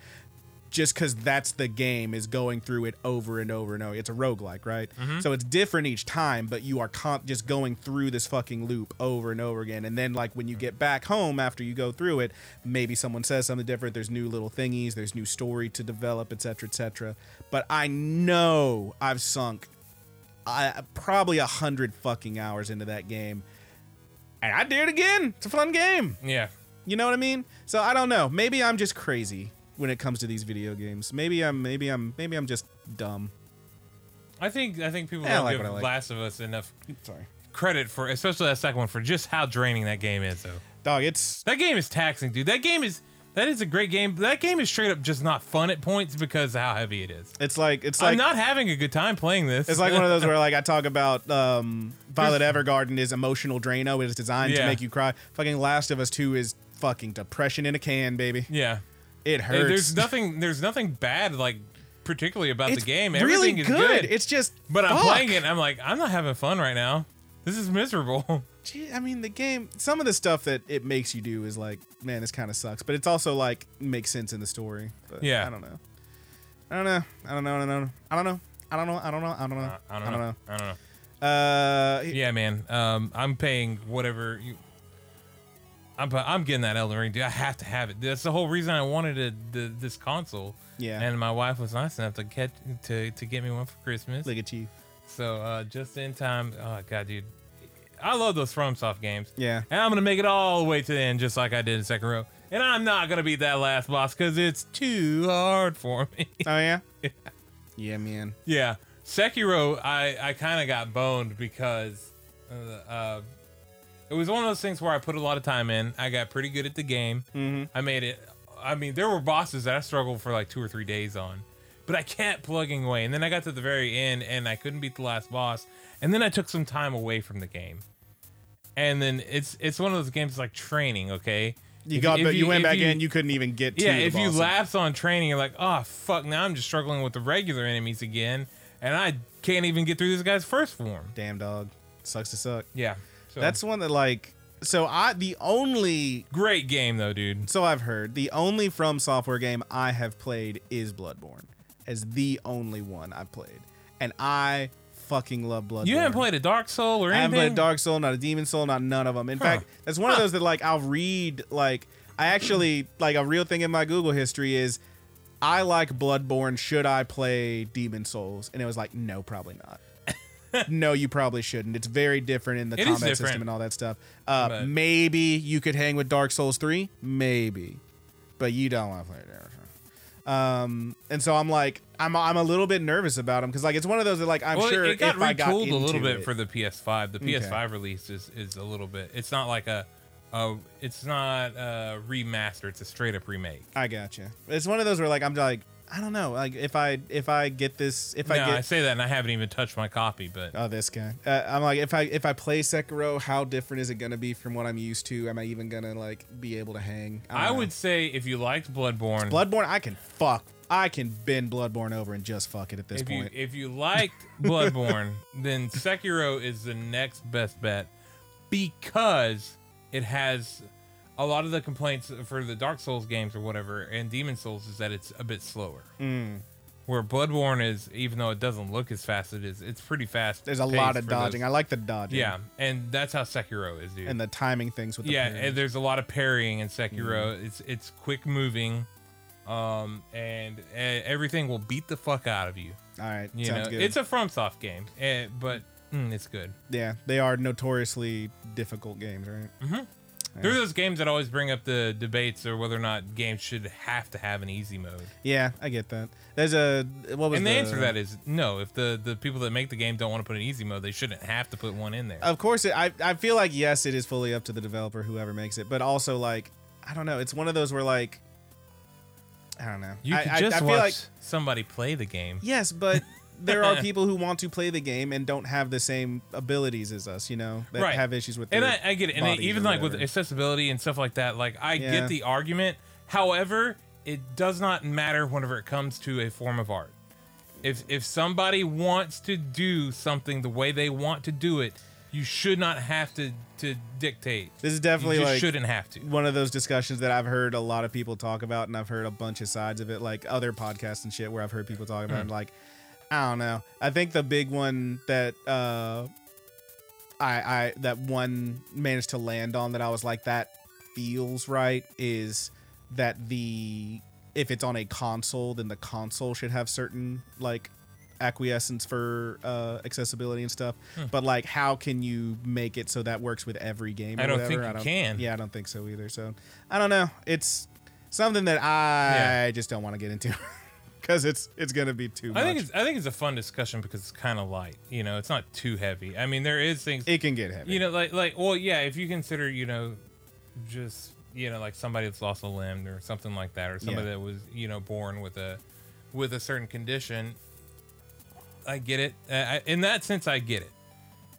Just because that's the game is going through it over and over and over. It's a roguelike, right? So it's different each time, but you are con- just going through this fucking loop over and over again. And then, like, when you get back home after you go through it, maybe someone says something different. There's new little thingies, there's new story to develop, et cetera, et cetera. But I know I've sunk I, probably a hundred fucking hours into that game, and I did it again. It's a fun game.
Yeah.
You know what I mean? So I don't know. Maybe I'm just crazy when it comes to these video games. Maybe I'm maybe I'm maybe I'm just dumb.
I think I think people
Yeah, I
don't
like
give
what I like.
Last of Us enough
Sorry,
credit for, especially that second one, for just how draining that game is, though.
dog. It's
That game is taxing, dude. That game is that is a great game. but That game is straight up just not fun at points because of how heavy it is.
it's like it's
I'm
like
not having a good time playing this.
it's like one of those where like I talk about um, Violet Evergarden is emotional Drano. It is designed
Yeah.
to make you cry. Fucking Last of Us Two is fucking depression in a can, baby.
yeah.
It
Hey,
hurts.
There's nothing. There's nothing bad like particularly about
It's
the game. Everything
really
is
good.
good.
It's just
but I'm
fuck.
playing it. and I'm like, I'm not having fun right now. This is miserable.
Gee, I mean, the game, some of the stuff that it makes you do is like, man, this kind of sucks. But it's also like, makes sense in the story. But
Yeah.
I don't know. I don't know. I don't know. I don't know. I don't know. I don't know. I don't know. I don't know.
I don't know. I don't know.
Uh, he-
Yeah, man. Um, I'm paying whatever you. I'm pa- I'm getting that Elden Ring, dude. I have to have it. That's the whole reason I wanted a, the, this console.
Yeah.
And my wife was nice enough to get to, to get me one for Christmas.
look at you.
So uh, just in time. Oh god, dude. I love those FromSoft games.
Yeah.
And I'm gonna make it all the way to the end, just like I did in second row. And I'm not gonna beat that last boss because it's too hard for me.
Oh, yeah? yeah, man.
Yeah, Sekiro, I I kind of got boned because uh, uh, it was one of those things where I put a lot of time in. I got pretty good at the game. Mm-hmm. I made it. I mean, there were bosses that I struggled for like two or three days on, but I kept plugging away. And then I got to the very end, and I couldn't beat the last boss. And then I took some time away from the game. And then it's it's one of those games like training. Okay,
You
If-
got,
if
but you, went
if
back
you-
in, you couldn't even get to
yeah,
the
if you
bosses.
lapse on training, you're like, oh fuck, now I'm just struggling with the regular enemies again, and I can't even get through this guy's first form.
Damn, dog. Sucks to suck.
Yeah, so,
That's one that, like, so I, the only,
great game though, dude.
so I've heard, the only From Software game I have played is Bloodborne, as the only one I've played. And I fucking love Bloodborne.
You haven't played a Dark Soul or anything.
I haven't played a Dark Soul, not a Demon Soul, not none of them. In fact, that's one of those that like I'll read. Like I actually like a real thing in my Google history is I like Bloodborne. Should I play Demon Souls? And it was like, no, probably not. no, you probably shouldn't. It's very different in the
It is
combat
different.
system and all that stuff. Uh,
But-
maybe you could hang with Dark Souls three, maybe, but you don't want to play Dark Souls. Um, and so I'm like, I'm I'm a little bit nervous about them because like it's one of those that like I'm
Well,
sure
it got
if I got
retooled a little
into
bit
it-
for the PS5. The PS5 release is, is a little bit. It's not like a, a it's not a remaster. It's a straight up remake.
I gotcha. It's one of those where like I'm like I don't know like if I if I get this if
No,
I
I
get
say that and I haven't even touched my copy, but
oh this guy uh, I'm like if I if I play Sekiro how different is it gonna be from what I'm used to am I even gonna like be able to hang don't
I
know.
would say if you liked Bloodborne,
Oh, Bloodborne I can fuck I can bend Bloodborne over and just fuck it at this
if you
point
if you liked Bloodborne, then Sekiro is the next best bet because it has a lot of the complaints for the Dark Souls games or whatever and Demon Souls is that it's a bit slower.
Mm.
Where Bloodborne is, even though it doesn't look as fast, it is it's pretty fast.
there's a lot of dodging I like the dodging
yeah, and that's how Sekiro is, dude.
and the timing things with the
yeah,
parries.
and there's a lot of parrying in Sekiro.
Mm-hmm.
It's it's quick moving, um, and uh, everything will beat the fuck out of you.
all right
You
sounds
know,
good
it's a FromSoft game, eh, but mm, it's good.
yeah they are notoriously difficult games right
Mm-hmm. There are those games that always bring up the debates or whether or not games should have to have an easy mode.
yeah I get that there's a what was
And the,
the
answer to that is no. If the, the people that make the game don't want to put an easy mode, they shouldn't have to put one in there.
of course it, I, I feel like yes it is fully up to the developer whoever makes it but also like i don't know it's one of those where like i don't know
you
I,
could
I-
just
I feel
watch
like
somebody play the game.
yes but there are people who want to play the game and don't have the same abilities as us you know that
Right.
have issues with
and
their
I, I get it and
bodies
it- even
or
like with
whatever.
accessibility and stuff like that like i
Yeah.
get the argument however it does not matter whenever it comes to a form of art if if somebody wants to do something the way they want to do it you should not have to to dictate
this is
you
definitely
just
like
shouldn't have to
one of those discussions that I've heard a lot of people talk about, and I've heard a bunch of sides of it, like other podcasts and shit, where I've heard people talk about. it, and
Mm.
like, I don't know. I think the big one that uh, I I that one managed to land on that I was like that feels right is that the if it's on a console, then the console should have certain like acquiescence for uh, accessibility and stuff.
Hmm.
But like, how can you make it so that works with every game?
I
or
don't
whatever?
think you can.
Yeah, I don't think so either. So I don't know. It's something that I just don't want to get into because it's it's gonna be too.
I
much.
think it's I think it's a fun discussion because it's kind of light. You know, it's not too heavy. I mean, there is things
it can get heavy.
you know like like well yeah if you consider you know just you know like somebody that's lost a limb or something like that or somebody
Yeah.
that was you know born with a with a certain condition i get it uh, I, in that sense i get it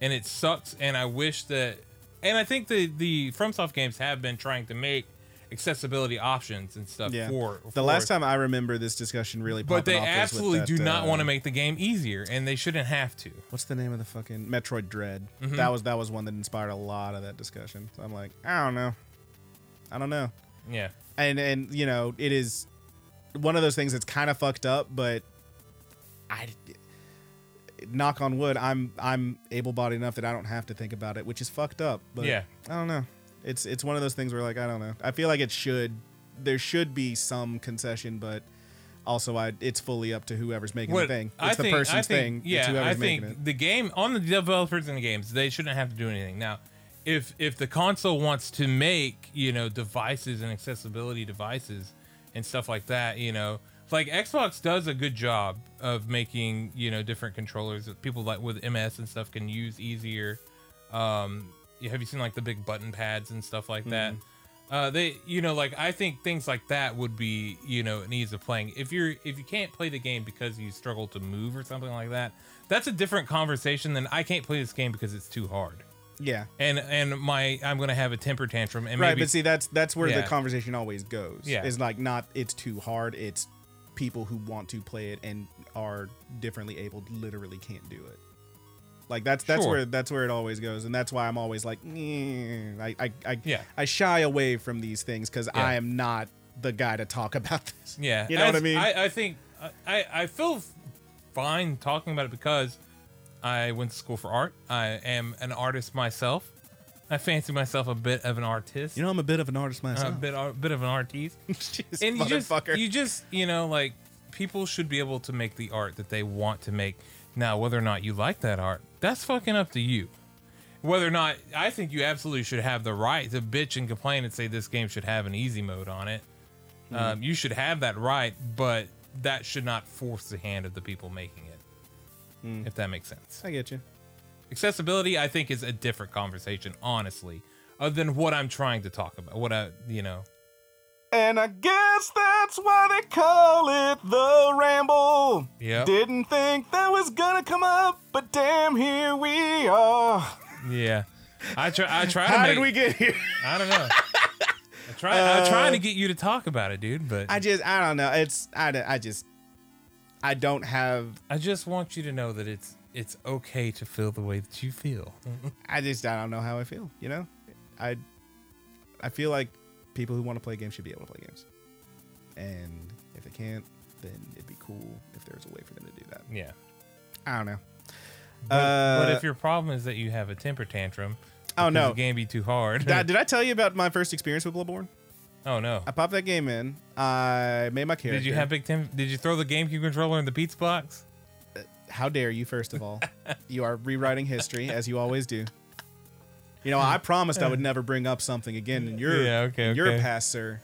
and it sucks and i wish that and i think the the fromsoft games have been trying to make accessibility options and stuff
yeah.
for
the
for
last
it.
time I remember this discussion really.
but
popping
they
off was with
absolutely
that,
do not
uh,
want to make the game easier and they shouldn't have to
What's the name of the fucking Metroid Dread?
Mm-hmm.
That was that was one that inspired a lot of that discussion. So I'm like, I don't know, I don't know.
yeah
and and you know it is one of those things that's kind of fucked up but i knock on wood i'm i'm able-bodied enough that i don't have to think about it which is fucked up but
Yeah.
i don't know it's it's one of those things where like i don't know i feel like it should there should be some concession but also i it's fully up to whoever's making the thing it's the person's thing
Yeah,
it's whoever's
I think
making it
the game on the developers in the games, they shouldn't have to do anything. Now, if if the console wants to make you know devices and accessibility devices and stuff like that, you know, like Xbox does a good job of making you know different controllers that people like with MS and stuff can use easier. Um, you- have you seen like the big button pads and stuff like that?
Mm-hmm.
Uh, they, you know, like I think things like that would be, you know, an ease of playing. If you're if you can't play the game because you struggle to move or something like that, that's a different conversation than I can't play this game because it's too hard.
yeah
And and my I'm gonna have a temper tantrum and
right
maybe
but see that's that's where the
Yeah.
conversation always goes
Yeah.
it's like not it's too hard it's people who want to play it and are differently able literally can't do it like that's that's
Sure.
where that's where it always goes and that's why i'm always like "Mm." i i I,
Yeah.
I shy away from these things because
Yeah.
i am not the guy to talk about this
Yeah,
you know what i
as-
mean
I, I think I, I feel fine talking about it because I went to school for art. I am an artist myself. I fancy myself a bit of an artist.
You know, I'm a bit of an artist
a
myself.
bit, a bit of an artist.
Jeez,
Uh, and you just,
motherfucker.
you just, you know, like people should be able to make the art that they want to make. Now, whether or not you like that art, that's fucking up to you. Whether or not I think you absolutely should have the right to bitch and complain and say this game should have an easy mode on it.
Mm-hmm.
Um, you should have that right, but that should not force the hand of the people making it.
Mm.
If that makes sense.
I get you.
Accessibility, I think, is a different conversation, honestly, other than what I'm trying to talk about. What I, you know,
And I guess that's why they call it the ramble.
Yep.
Didn't think that was gonna come up, but damn, here we are.
yeah. I try. I try to
How
make.
did we get here?
I don't know. I try. I'm trying to get you to talk about it, dude. But
I
I,
just, I don't know. It's, I, don't- I just, I don't have.
just want you to know that it's it's okay to feel the way that you feel. Mm,
I just, I don't know how I feel. You know, I, I feel like people who want to play games should be able to play games, and if they can't, then it'd be cool if there was a way for them to do that.
Yeah.
I don't know.
But, but
Uh,
if your problem is that you have a temper tantrum,
Oh,
because
no.
the game be too hard.
Did I- did I tell you about my first experience with Bloodborne?
oh no.
I popped that game in. I made my character.
Did you have big Tim? Did you throw the GameCube controller in the pizza box?
How dare you? First of all, you are rewriting history as you always do. You know, I promised I would never bring up something again in your
Yeah, okay,
in your
okay.
past, sir.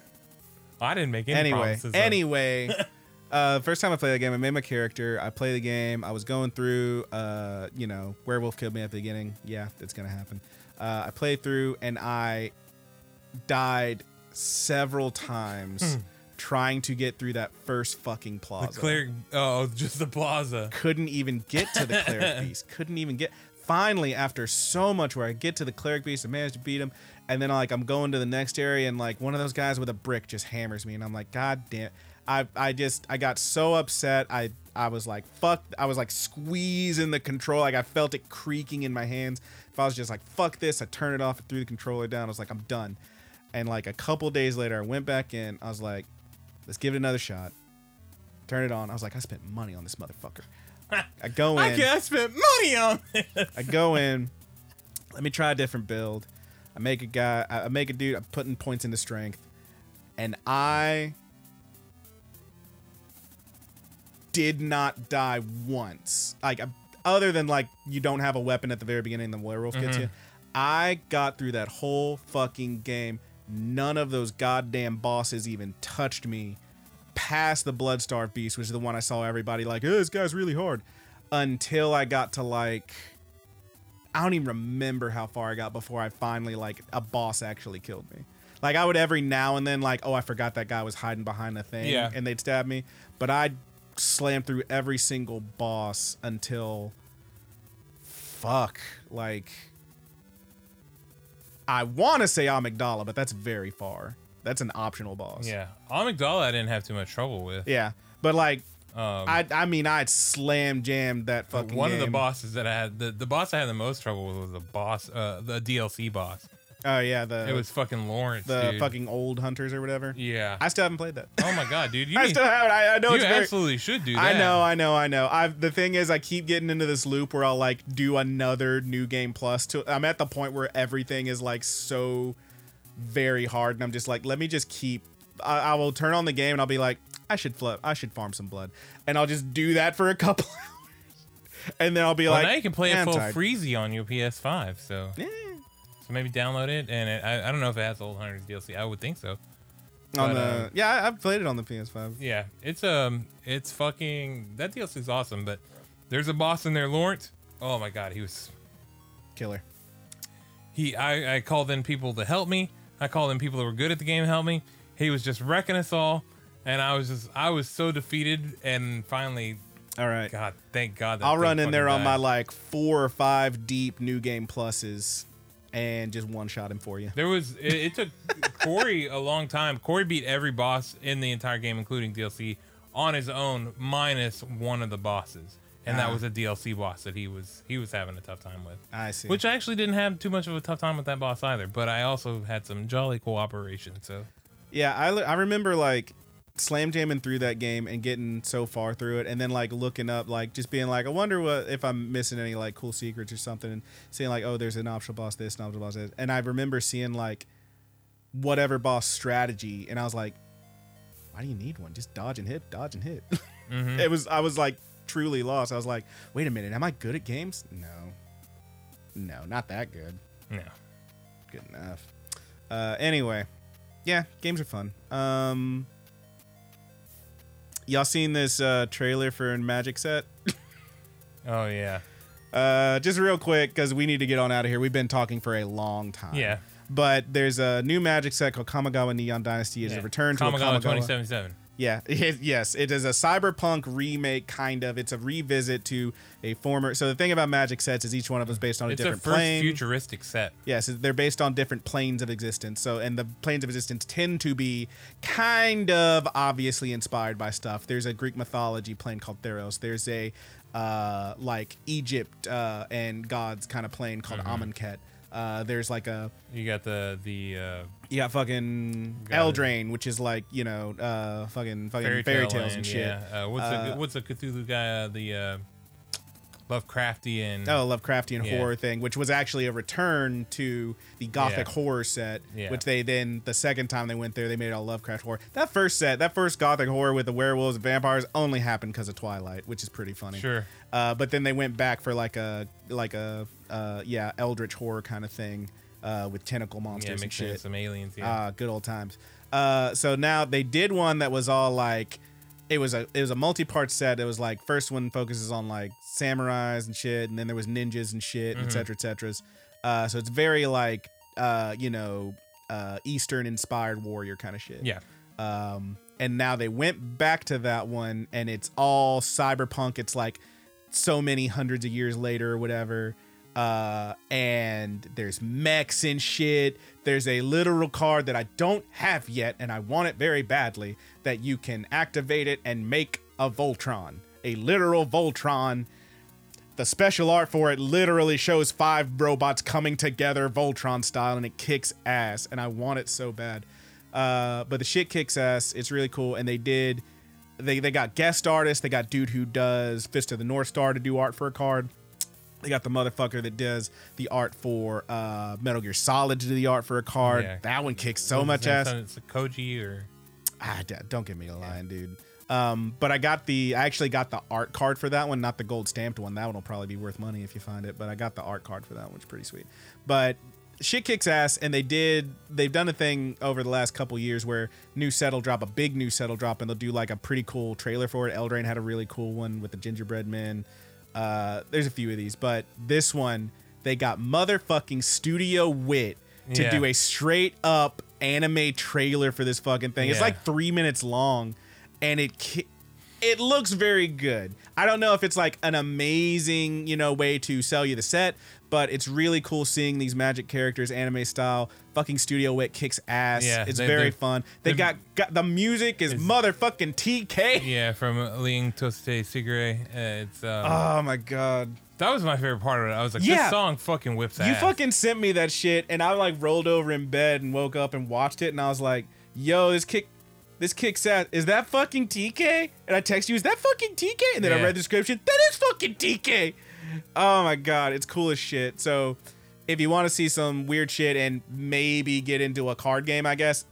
Oh, I didn't make any
Anyway,
promises. on-
anyway, uh, first time I played that game, I made my character. I played the game. I was going through. Uh, you know, werewolf killed me at the beginning. Yeah, that's gonna happen. Uh, I played through and I died several times
Hmm.
trying to get through that first fucking plaza.
Clear. Oh, just the plaza.
couldn't even get to the cleric beast. Couldn't even get. Finally, after so much, where I get to the cleric beast, I manage to beat him, and then like I'm going to the next area, and like one of those guys with a brick just hammers me, and I'm like, God damn! I I just I got so upset. I I was like, fuck! I was like squeezing the control, like I felt it creaking in my hands. If I was just like, fuck this, I turn it off, and threw the controller down. I was like, I'm done. And like a couple days later, I went back in. I was like, let's give it another shot. Turn it on. I was like, I spent money on this motherfucker. I go in.
I can I spent money on this.
I go in. Let me try a different build. I make a guy. I I make a dude. I'm putting points into strength, and I did not die once. Like I- other than like you don't have a weapon at the very beginning, the werewolf gets you. I got through that whole fucking game. None of those goddamn bosses even touched me past the Bloodstarved Beast, which is the one I saw everybody like, oh, this guy's really hard. Until I got to like, I don't even remember how far I got before I finally like a boss actually killed me. Like I would every now and then like, oh, I forgot that guy was hiding behind a thing,
Yeah.
and they'd stab me. But I slammed through every single boss until, fuck, like. I want to say Amygdala, but that's very far. That's an optional boss.
Yeah, amygdala. I didn't have too much trouble with.
Yeah, but like
Um,
I, I mean, I slam jammed that fucking.
one of the
game.
bosses that I had, the, the boss I had the most trouble with was the boss, uh, the DLC boss.
Oh yeah, the
It was fucking Lawrence.
the
dude.
fucking old hunters or whatever.
Yeah.
I still haven't played that.
oh my god, dude. You,
I
need-
still haven't. I, I know
you
it's very.
absolutely should do that.
I know, I know, I know. I've the thing is, I keep getting into this loop where I'll like do another new game plus. To I'm at the point where everything is like so very hard, and I'm just like, let me just keep. I, I will turn on the game and I'll be like, I should flip. I should farm some blood, and I'll just do that for a couple. hours. And then I'll be
Well,
like,
now you can play
"Yeah,
it
I'm
full
tired."
freezy on your PS5. So,
Yeah.
so maybe download it, and it, I, I don't know if it has the old hundreds DLC. I would think so.
on
But,
the
um,
yeah, I- I've played it on the PS5.
Yeah, it's um, it's fucking that DLC is awesome. But there's a boss in there, Lawrence. Oh my god, he was
Killer.
he I, I called in people to help me i called in people that were good at the game to help me he was just wrecking us all and i was just i was so defeated and finally
All right,
god thank god that
I'll
thing
run in there
fucking
on my
died.
like four or five deep new game pluses, and just one shot him for you.
there was it, it took corey a long time corey beat every boss in the entire game including dlc on his own minus one of the bosses and
Ah.
that was a dlc boss that he was he was having a tough time with
I see.
which I actually didn't have too much of a tough time with that boss either, but I also had some jolly cooperation. So
yeah, I, l- I remember like slam jamming through that game and getting so far through it, and then like looking up, like just being like, I wonder what if I'm missing any like cool secrets or something, and seeing like, oh, there's an optional boss this, an optional boss this, and I remember seeing like whatever boss strategy, and I was like, why do you need one? Just dodge and hit, dodge and hit. it was I was like truly lost. I was like, wait a minute, am I good at games? No, no, not that good
No.
good enough. Uh, anyway, yeah, games are fun. Um, y'all seen this uh, trailer for Magic Set?
Oh yeah.
Uh, just real quick, because we need to get on out of here. We've been talking for a long time.
Yeah.
But there's a new Magic set called Kamigawa Neon Dynasty. Is
yeah.
a return to
Kamigawa
a Kamigawa.
2077.
Yeah, it- yes, it is a cyberpunk remake, kind of. It's a revisit to a former. So the thing about Magic sets is each one of them is based on a
It's their
different
first
plane.
futuristic set.
Yes, they're based on different planes of existence. So, and the planes of existence tend to be kind of obviously inspired by stuff. There's a Greek mythology plane called Theros. There's a uh, like Egypt uh, and gods kind of plane called
Mm-hmm.
Amonkhet. Uh, there's like a
You got the the uh,
you got fucking
Got it.
Eldraine, which is like you know uh, fucking fucking
fairy,
fairy, tales
land,
and shit.
Yeah. Uh, what's the what's the Cthulhu guy? Uh, the uh, Lovecraftian.
Oh, Lovecraftian
Yeah.
horror thing, which was actually a return to the Gothic
Yeah.
horror set,
Yeah.
which they then the second time they went there, they made it all Lovecraft horror. That first set, that first Gothic horror with the werewolves and vampires, only happened because of Twilight, which is pretty funny.
Sure.
Uh, but then they went back for like a like a uh, yeah eldritch horror kind of thing uh, with tentacle
Yeah,
monsters and
mixing in
shit.
some aliens. Yeah.
Ah, good old times. Uh, so now they did one that was all like, it was a it was a multi part set. It was like first one focuses on like samurais and shit, and then there was ninjas and shit, and et cetera, et cetera. Uh, so it's very like, uh, you know, uh, Eastern inspired warrior kind of shit.
yeah.
Um, and now they went back to that one, and it's all cyberpunk. It's like so many hundreds of years later or whatever. Uh, and there's mechs and shit. There's a literal card that I don't have yet, and I want it very badly. That you can activate it and make a Voltron, a literal Voltron. The special art for it literally shows five robots coming together, Voltron style, and it kicks ass. And I want it so bad. Uh, but the shit kicks ass. It's really cool. And they did, they, they got guest artists. They got dude who does Fist of the North Star to do art for a card. They got the motherfucker that does the art for uh, Metal Gear Solid to do the art for a card.
Yeah.
That one kicks so
What
much
is that?
ass.
It's a Koji or
Ah, d- don't give me a line, dude. Um, but I got the I actually got the art card for that one, not the gold stamped one. That one will probably be worth money if you find it. But I got the art card for that one, which is pretty sweet. But shit kicks ass, and they did they've done a thing over the last couple years where new set will drop a big new set will drop, and they'll do like a pretty cool trailer for it. Eldraine had a really cool one with the gingerbread men. Uh, there's a few of these, but this one they got motherfucking Studio Wit to
Yeah.
do a straight up anime trailer for this fucking thing. It's
Yeah.
like three minutes long, and it ki- it looks very good. I don't know if it's like an amazing you know way to sell you the set, but it's really cool seeing these magic characters anime style. Fucking Studio Wit kicks ass.
Yeah,
it's
they-
very
they're-
fun. They
they're-
got, got the music is
It's-
motherfucking TK.
yeah from Ling Toste Sigre. Uh, it's um,
Oh my god.
that was my favorite part of it. I was like,
Yeah.
this song fucking whips
You
ass.
fucking sent me that shit, and I like rolled over in bed and woke up and watched it, and I was like, "Yo, this kick, this kicks ass. Is that fucking TK?" And I text you, "Is that fucking TK?" And then I
Yeah.
read the description, "That is fucking TK." Oh my god, it's cool as shit. So, if you want to see some weird shit and maybe get into a card game, I guess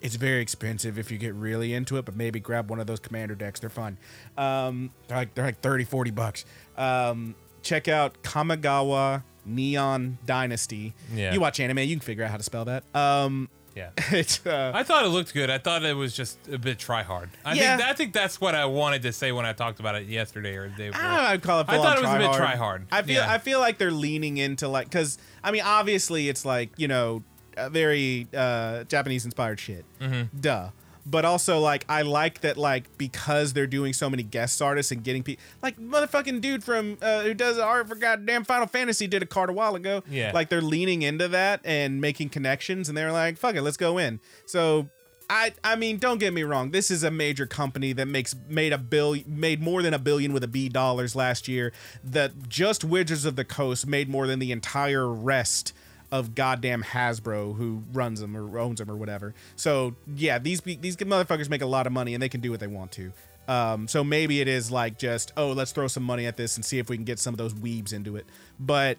it's very expensive if you get really into it, but maybe grab one of those commander decks. They're fun. Um, they're like they're like 30, 40 bucks. Um, check out Kamigawa Neon Dynasty.
Yeah.
You watch anime, you can figure out how to spell that. Um,
yeah.
it's uh,
I thought it looked good. I thought it was just a bit try hard. I
Yeah.
think I think that's what I wanted to say when I talked about it yesterday or the day before.
I don't know, I'd call it.
I
full-on
thought it was a bit
tryhard.
try-hard.
I feel
Yeah.
I feel like they're leaning into like because I mean obviously it's like you know a very uh, Japanese inspired shit.
Mm-hmm.
Duh. But also like I like that like because they're doing so many guest artists and getting people like motherfucking dude from uh, who does the art for goddamn Final Fantasy did a card a while ago.
Yeah.
Like they're leaning into that and making connections and they're like fuck it let's go in. So. I, I mean don't get me wrong this is a major company that makes made a bill made more than a billion with a b dollars last year that just Wizards of the Coast made more than the entire rest of goddamn Hasbro who runs them or owns them or whatever. So yeah, these pe- these motherfuckers make a lot of money and they can do what they want to. Um, so maybe it is like just oh let's throw some money at this and see if we can get some of those weebs into it. But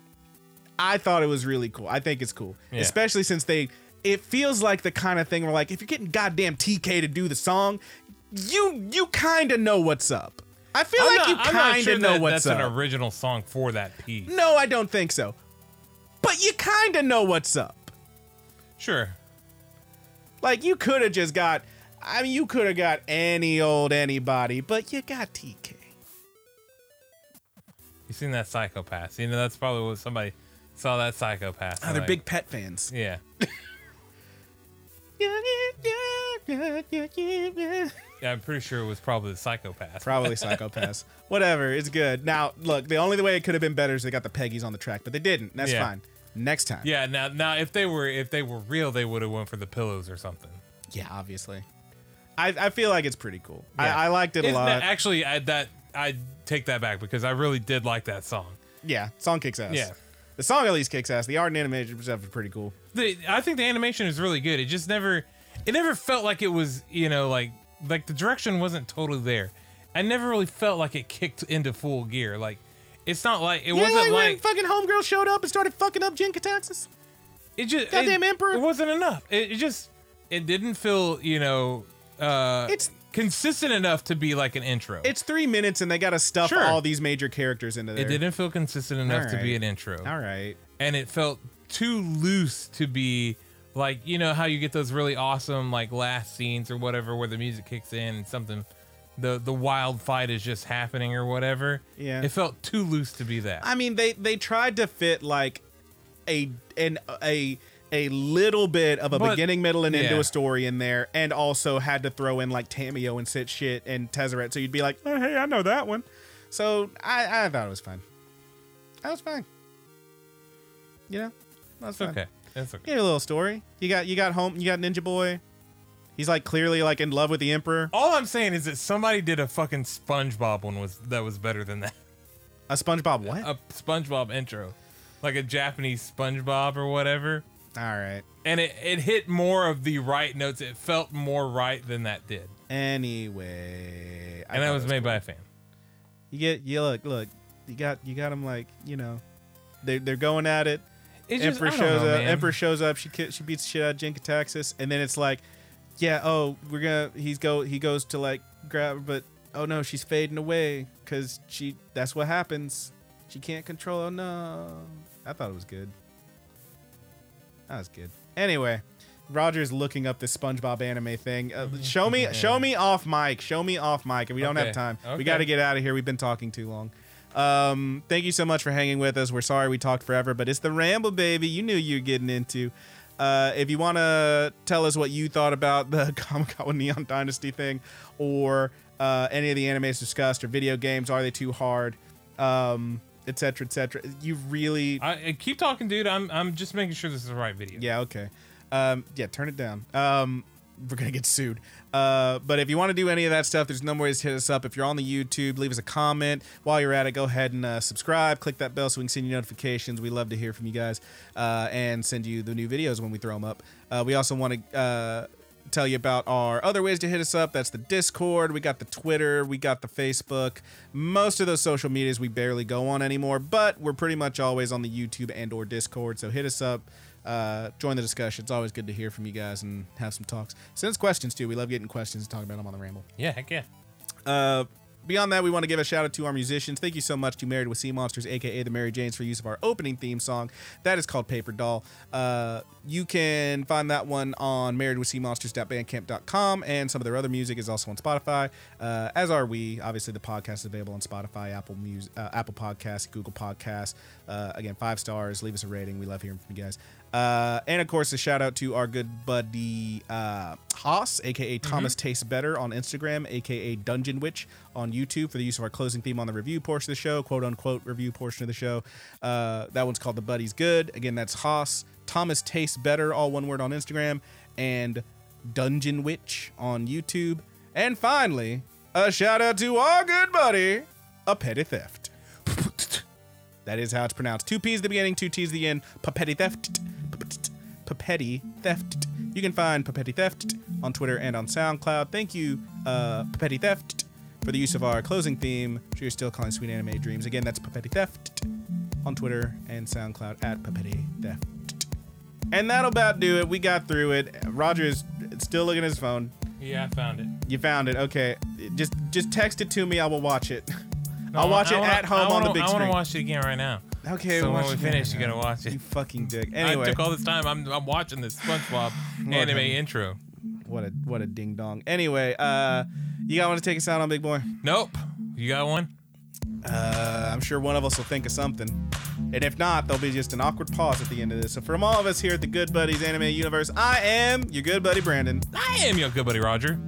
I thought it was really cool. I think it's cool,
Yeah.
especially since they. It feels like the kind of thing where like if you're getting goddamn TK to do the song, you you kind of know what's up. I feel
I'm
like
not-
you
I'm not
kind of
sure
know
that
what's
that's
up. Mm.
an original song for that piece.
No, I don't think so. But you kind of know what's up.
Sure.
Like you could have just got I mean you could have got any old anybody, but you got TK.
You seen that psychopath? You know that's probably what somebody saw that psychopath.
Oh, they're big pet fans.
Yeah. Yeah, I'm pretty sure it was probably the psychopath.
Probably psychopaths. Whatever, it's good. Now, look, the only way it could have been better is they got the Peggies on the track, but they didn't. That's
Yeah.
fine. Next time.
yeah. Now, now if they were if they were real, they would have went for the pillows or something.
Yeah, obviously. I, I feel like it's pretty cool.
Yeah.
I, I liked it a
Isn't
lot.
that- actually, I, that I take that back because I really did like that song.
yeah, song kicks ass.
Yeah.
The song at least kicks ass. The art and animation stuff is pretty cool.
The, I think the animation is really good. It just never it never felt like it was you know like like the direction wasn't totally there. I never really felt like it kicked into full gear. Like it's not like it
Yeah,
wasn't
when
like
fucking homegirl showed up and started fucking up Jen Kataxis?
it just
Goddamn
it,
emperor.
It wasn't enough. It, it just it didn't feel you know uh
It's-
consistent enough to be like an intro.
It's three minutes and they gotta stuff
Sure.
all these major characters into there.
it didn't feel consistent enough to
Alright.
be an intro.
All right.
and it felt too loose to be like you know how you get those really awesome like last scenes or whatever where the music kicks in and something the the wild fight is just happening or whatever
Yeah.
it felt too loose to be that
I mean, they they tried to fit like a an a a little bit of a
But-
beginning, middle, and end to
yeah.
a story in there, and also had to throw in like Tamio and sit shit and Tezzeret, so you'd be like, oh, hey, I know that one. So I I thought it was fine. That was fine. You know, that's
it's okay it's okay
Give you a little story. You got you got home. You got Ninja Boy. He's like clearly like in love with the Emperor.
all i'm saying is that somebody did a fucking spongebob one was that was better than that
A SpongeBob what? All
a spongebob intro like a japanese spongebob or whatever
right.
and it, it hit more of the right notes it felt more right than that did
Anyway, I
and that
thought
was
it
made by a fan
You get you look look. You got you got him like you know, they're they're going at it.
It just-
Emperor
I don't
shows
know,
up.
man.
Emperor shows up. She ki- she beats the shit out of Jinkataxis, and then it's like, yeah, oh, we're gonna. He's go. He goes to like grab, her, but oh no, she's fading away because she. That's what happens. She can't control. Oh no. I thought it was good. That was good. Anyway, Roger's looking up this SpongeBob anime thing. Uh, show me, show me off mic. Show me off mic. And we don't
Mm-hmm. Okay.
have time.
Okay.
We got to get out of here. We've been talking too long. Um, thank you so much for hanging with us. We're sorry we talked forever, but it's the ramble, baby. You knew you were getting into. Uh, if you want to tell us what you thought about the Kamikawa Neon Dynasty thing, or uh, any of the animes discussed, or video games, are they too hard, um, et cetera, et cetera. You really
I, I keep talking, dude. I'm I'm just making sure this is the right video.
Yeah, okay. Um, yeah, turn it down. Um, we're gonna get sued. Uh, but if you want to do any of that stuff, there's no ways to hit us up. If you're on the YouTube, leave us a comment. While you're at it, go ahead and uh, subscribe. Click that bell so we can send you notifications. We love to hear from you guys uh, and send you the new videos when we throw them up. Uh, we also want to. Uh, Tell you about our other ways to hit us up. That's the Discord. We got the Twitter. We got the Facebook. Most of those social medias we barely go on anymore, but we're pretty much always on the YouTube and or Discord. So hit us up uh, join the discussion. It's always good to hear from you guys and have some talks. Send us questions too. We love getting questions and talking about them on the ramble.
Yeah, heck yeah.
Uh, beyond that, we want to give a shout out to our musicians. Thank you so much to Married with Sea Monsters, aka the Mary Janes, for use of our opening theme song. That is called Paper Doll. Uh, you can find that one on marriedwithseamonsters.bandcamp.com, and some of their other music is also on Spotify. Uh, as are we. Obviously, the podcast is available on Spotify, Apple Music, uh, Apple Podcasts, Google Podcasts. Uh, again, five stars. Leave us a rating. We love hearing from you guys. Uh, and of course, a shout out to our good buddy uh, Haas, aka Thomas Tastes Better on Instagram, aka Dungeon Witch on YouTube for the use of our closing theme on the review portion of the show, quote unquote review portion of the show. Uh, that one's called The Buddy's Good. Again, that's Haas, Thomas Tastes Better, all one word on Instagram, and Dungeon Witch on YouTube. And finally, a shout out to our good buddy, A Petty Theft. That is how it's pronounced. Two P's at the beginning, two T's at the end. Papetti theft. Papetti Theft. You can find Papetti Theft on Twitter and on SoundCloud. Thank you, uh, Papetti Theft, for the use of our closing theme. Sure, you're still calling sweet anime dreams. Again, that's Papetti Theft on Twitter and SoundCloud at Papetti Theft. And that'll about do it. We got through it. Roger is still looking at his phone.
Yeah, I found it.
You found it. Okay. Just just text it to me. I will watch it.
No,
I'll watch
I
it
wanna-
at home
I
on the
wanna-
big
I
screen.
to watch it again right now.
Okay,
So
watch
when we
it.
finish, you gotta watch
You
it.
fucking dick.
I
Anyway,
took all this time. I'm, I'm watching this SpongeBob
Look,
anime
I'm-
intro.
what a what a ding dong. Anyway, uh, you guys want to take us out on Big Boy?
Nope. You got one?
Uh, I'm sure one of us will think of something, and if not, there'll be just an awkward pause at the end of this. So from all of us here at the Good Buddies Anime Universe, I am your good buddy Brandon.
I am your good buddy Roger.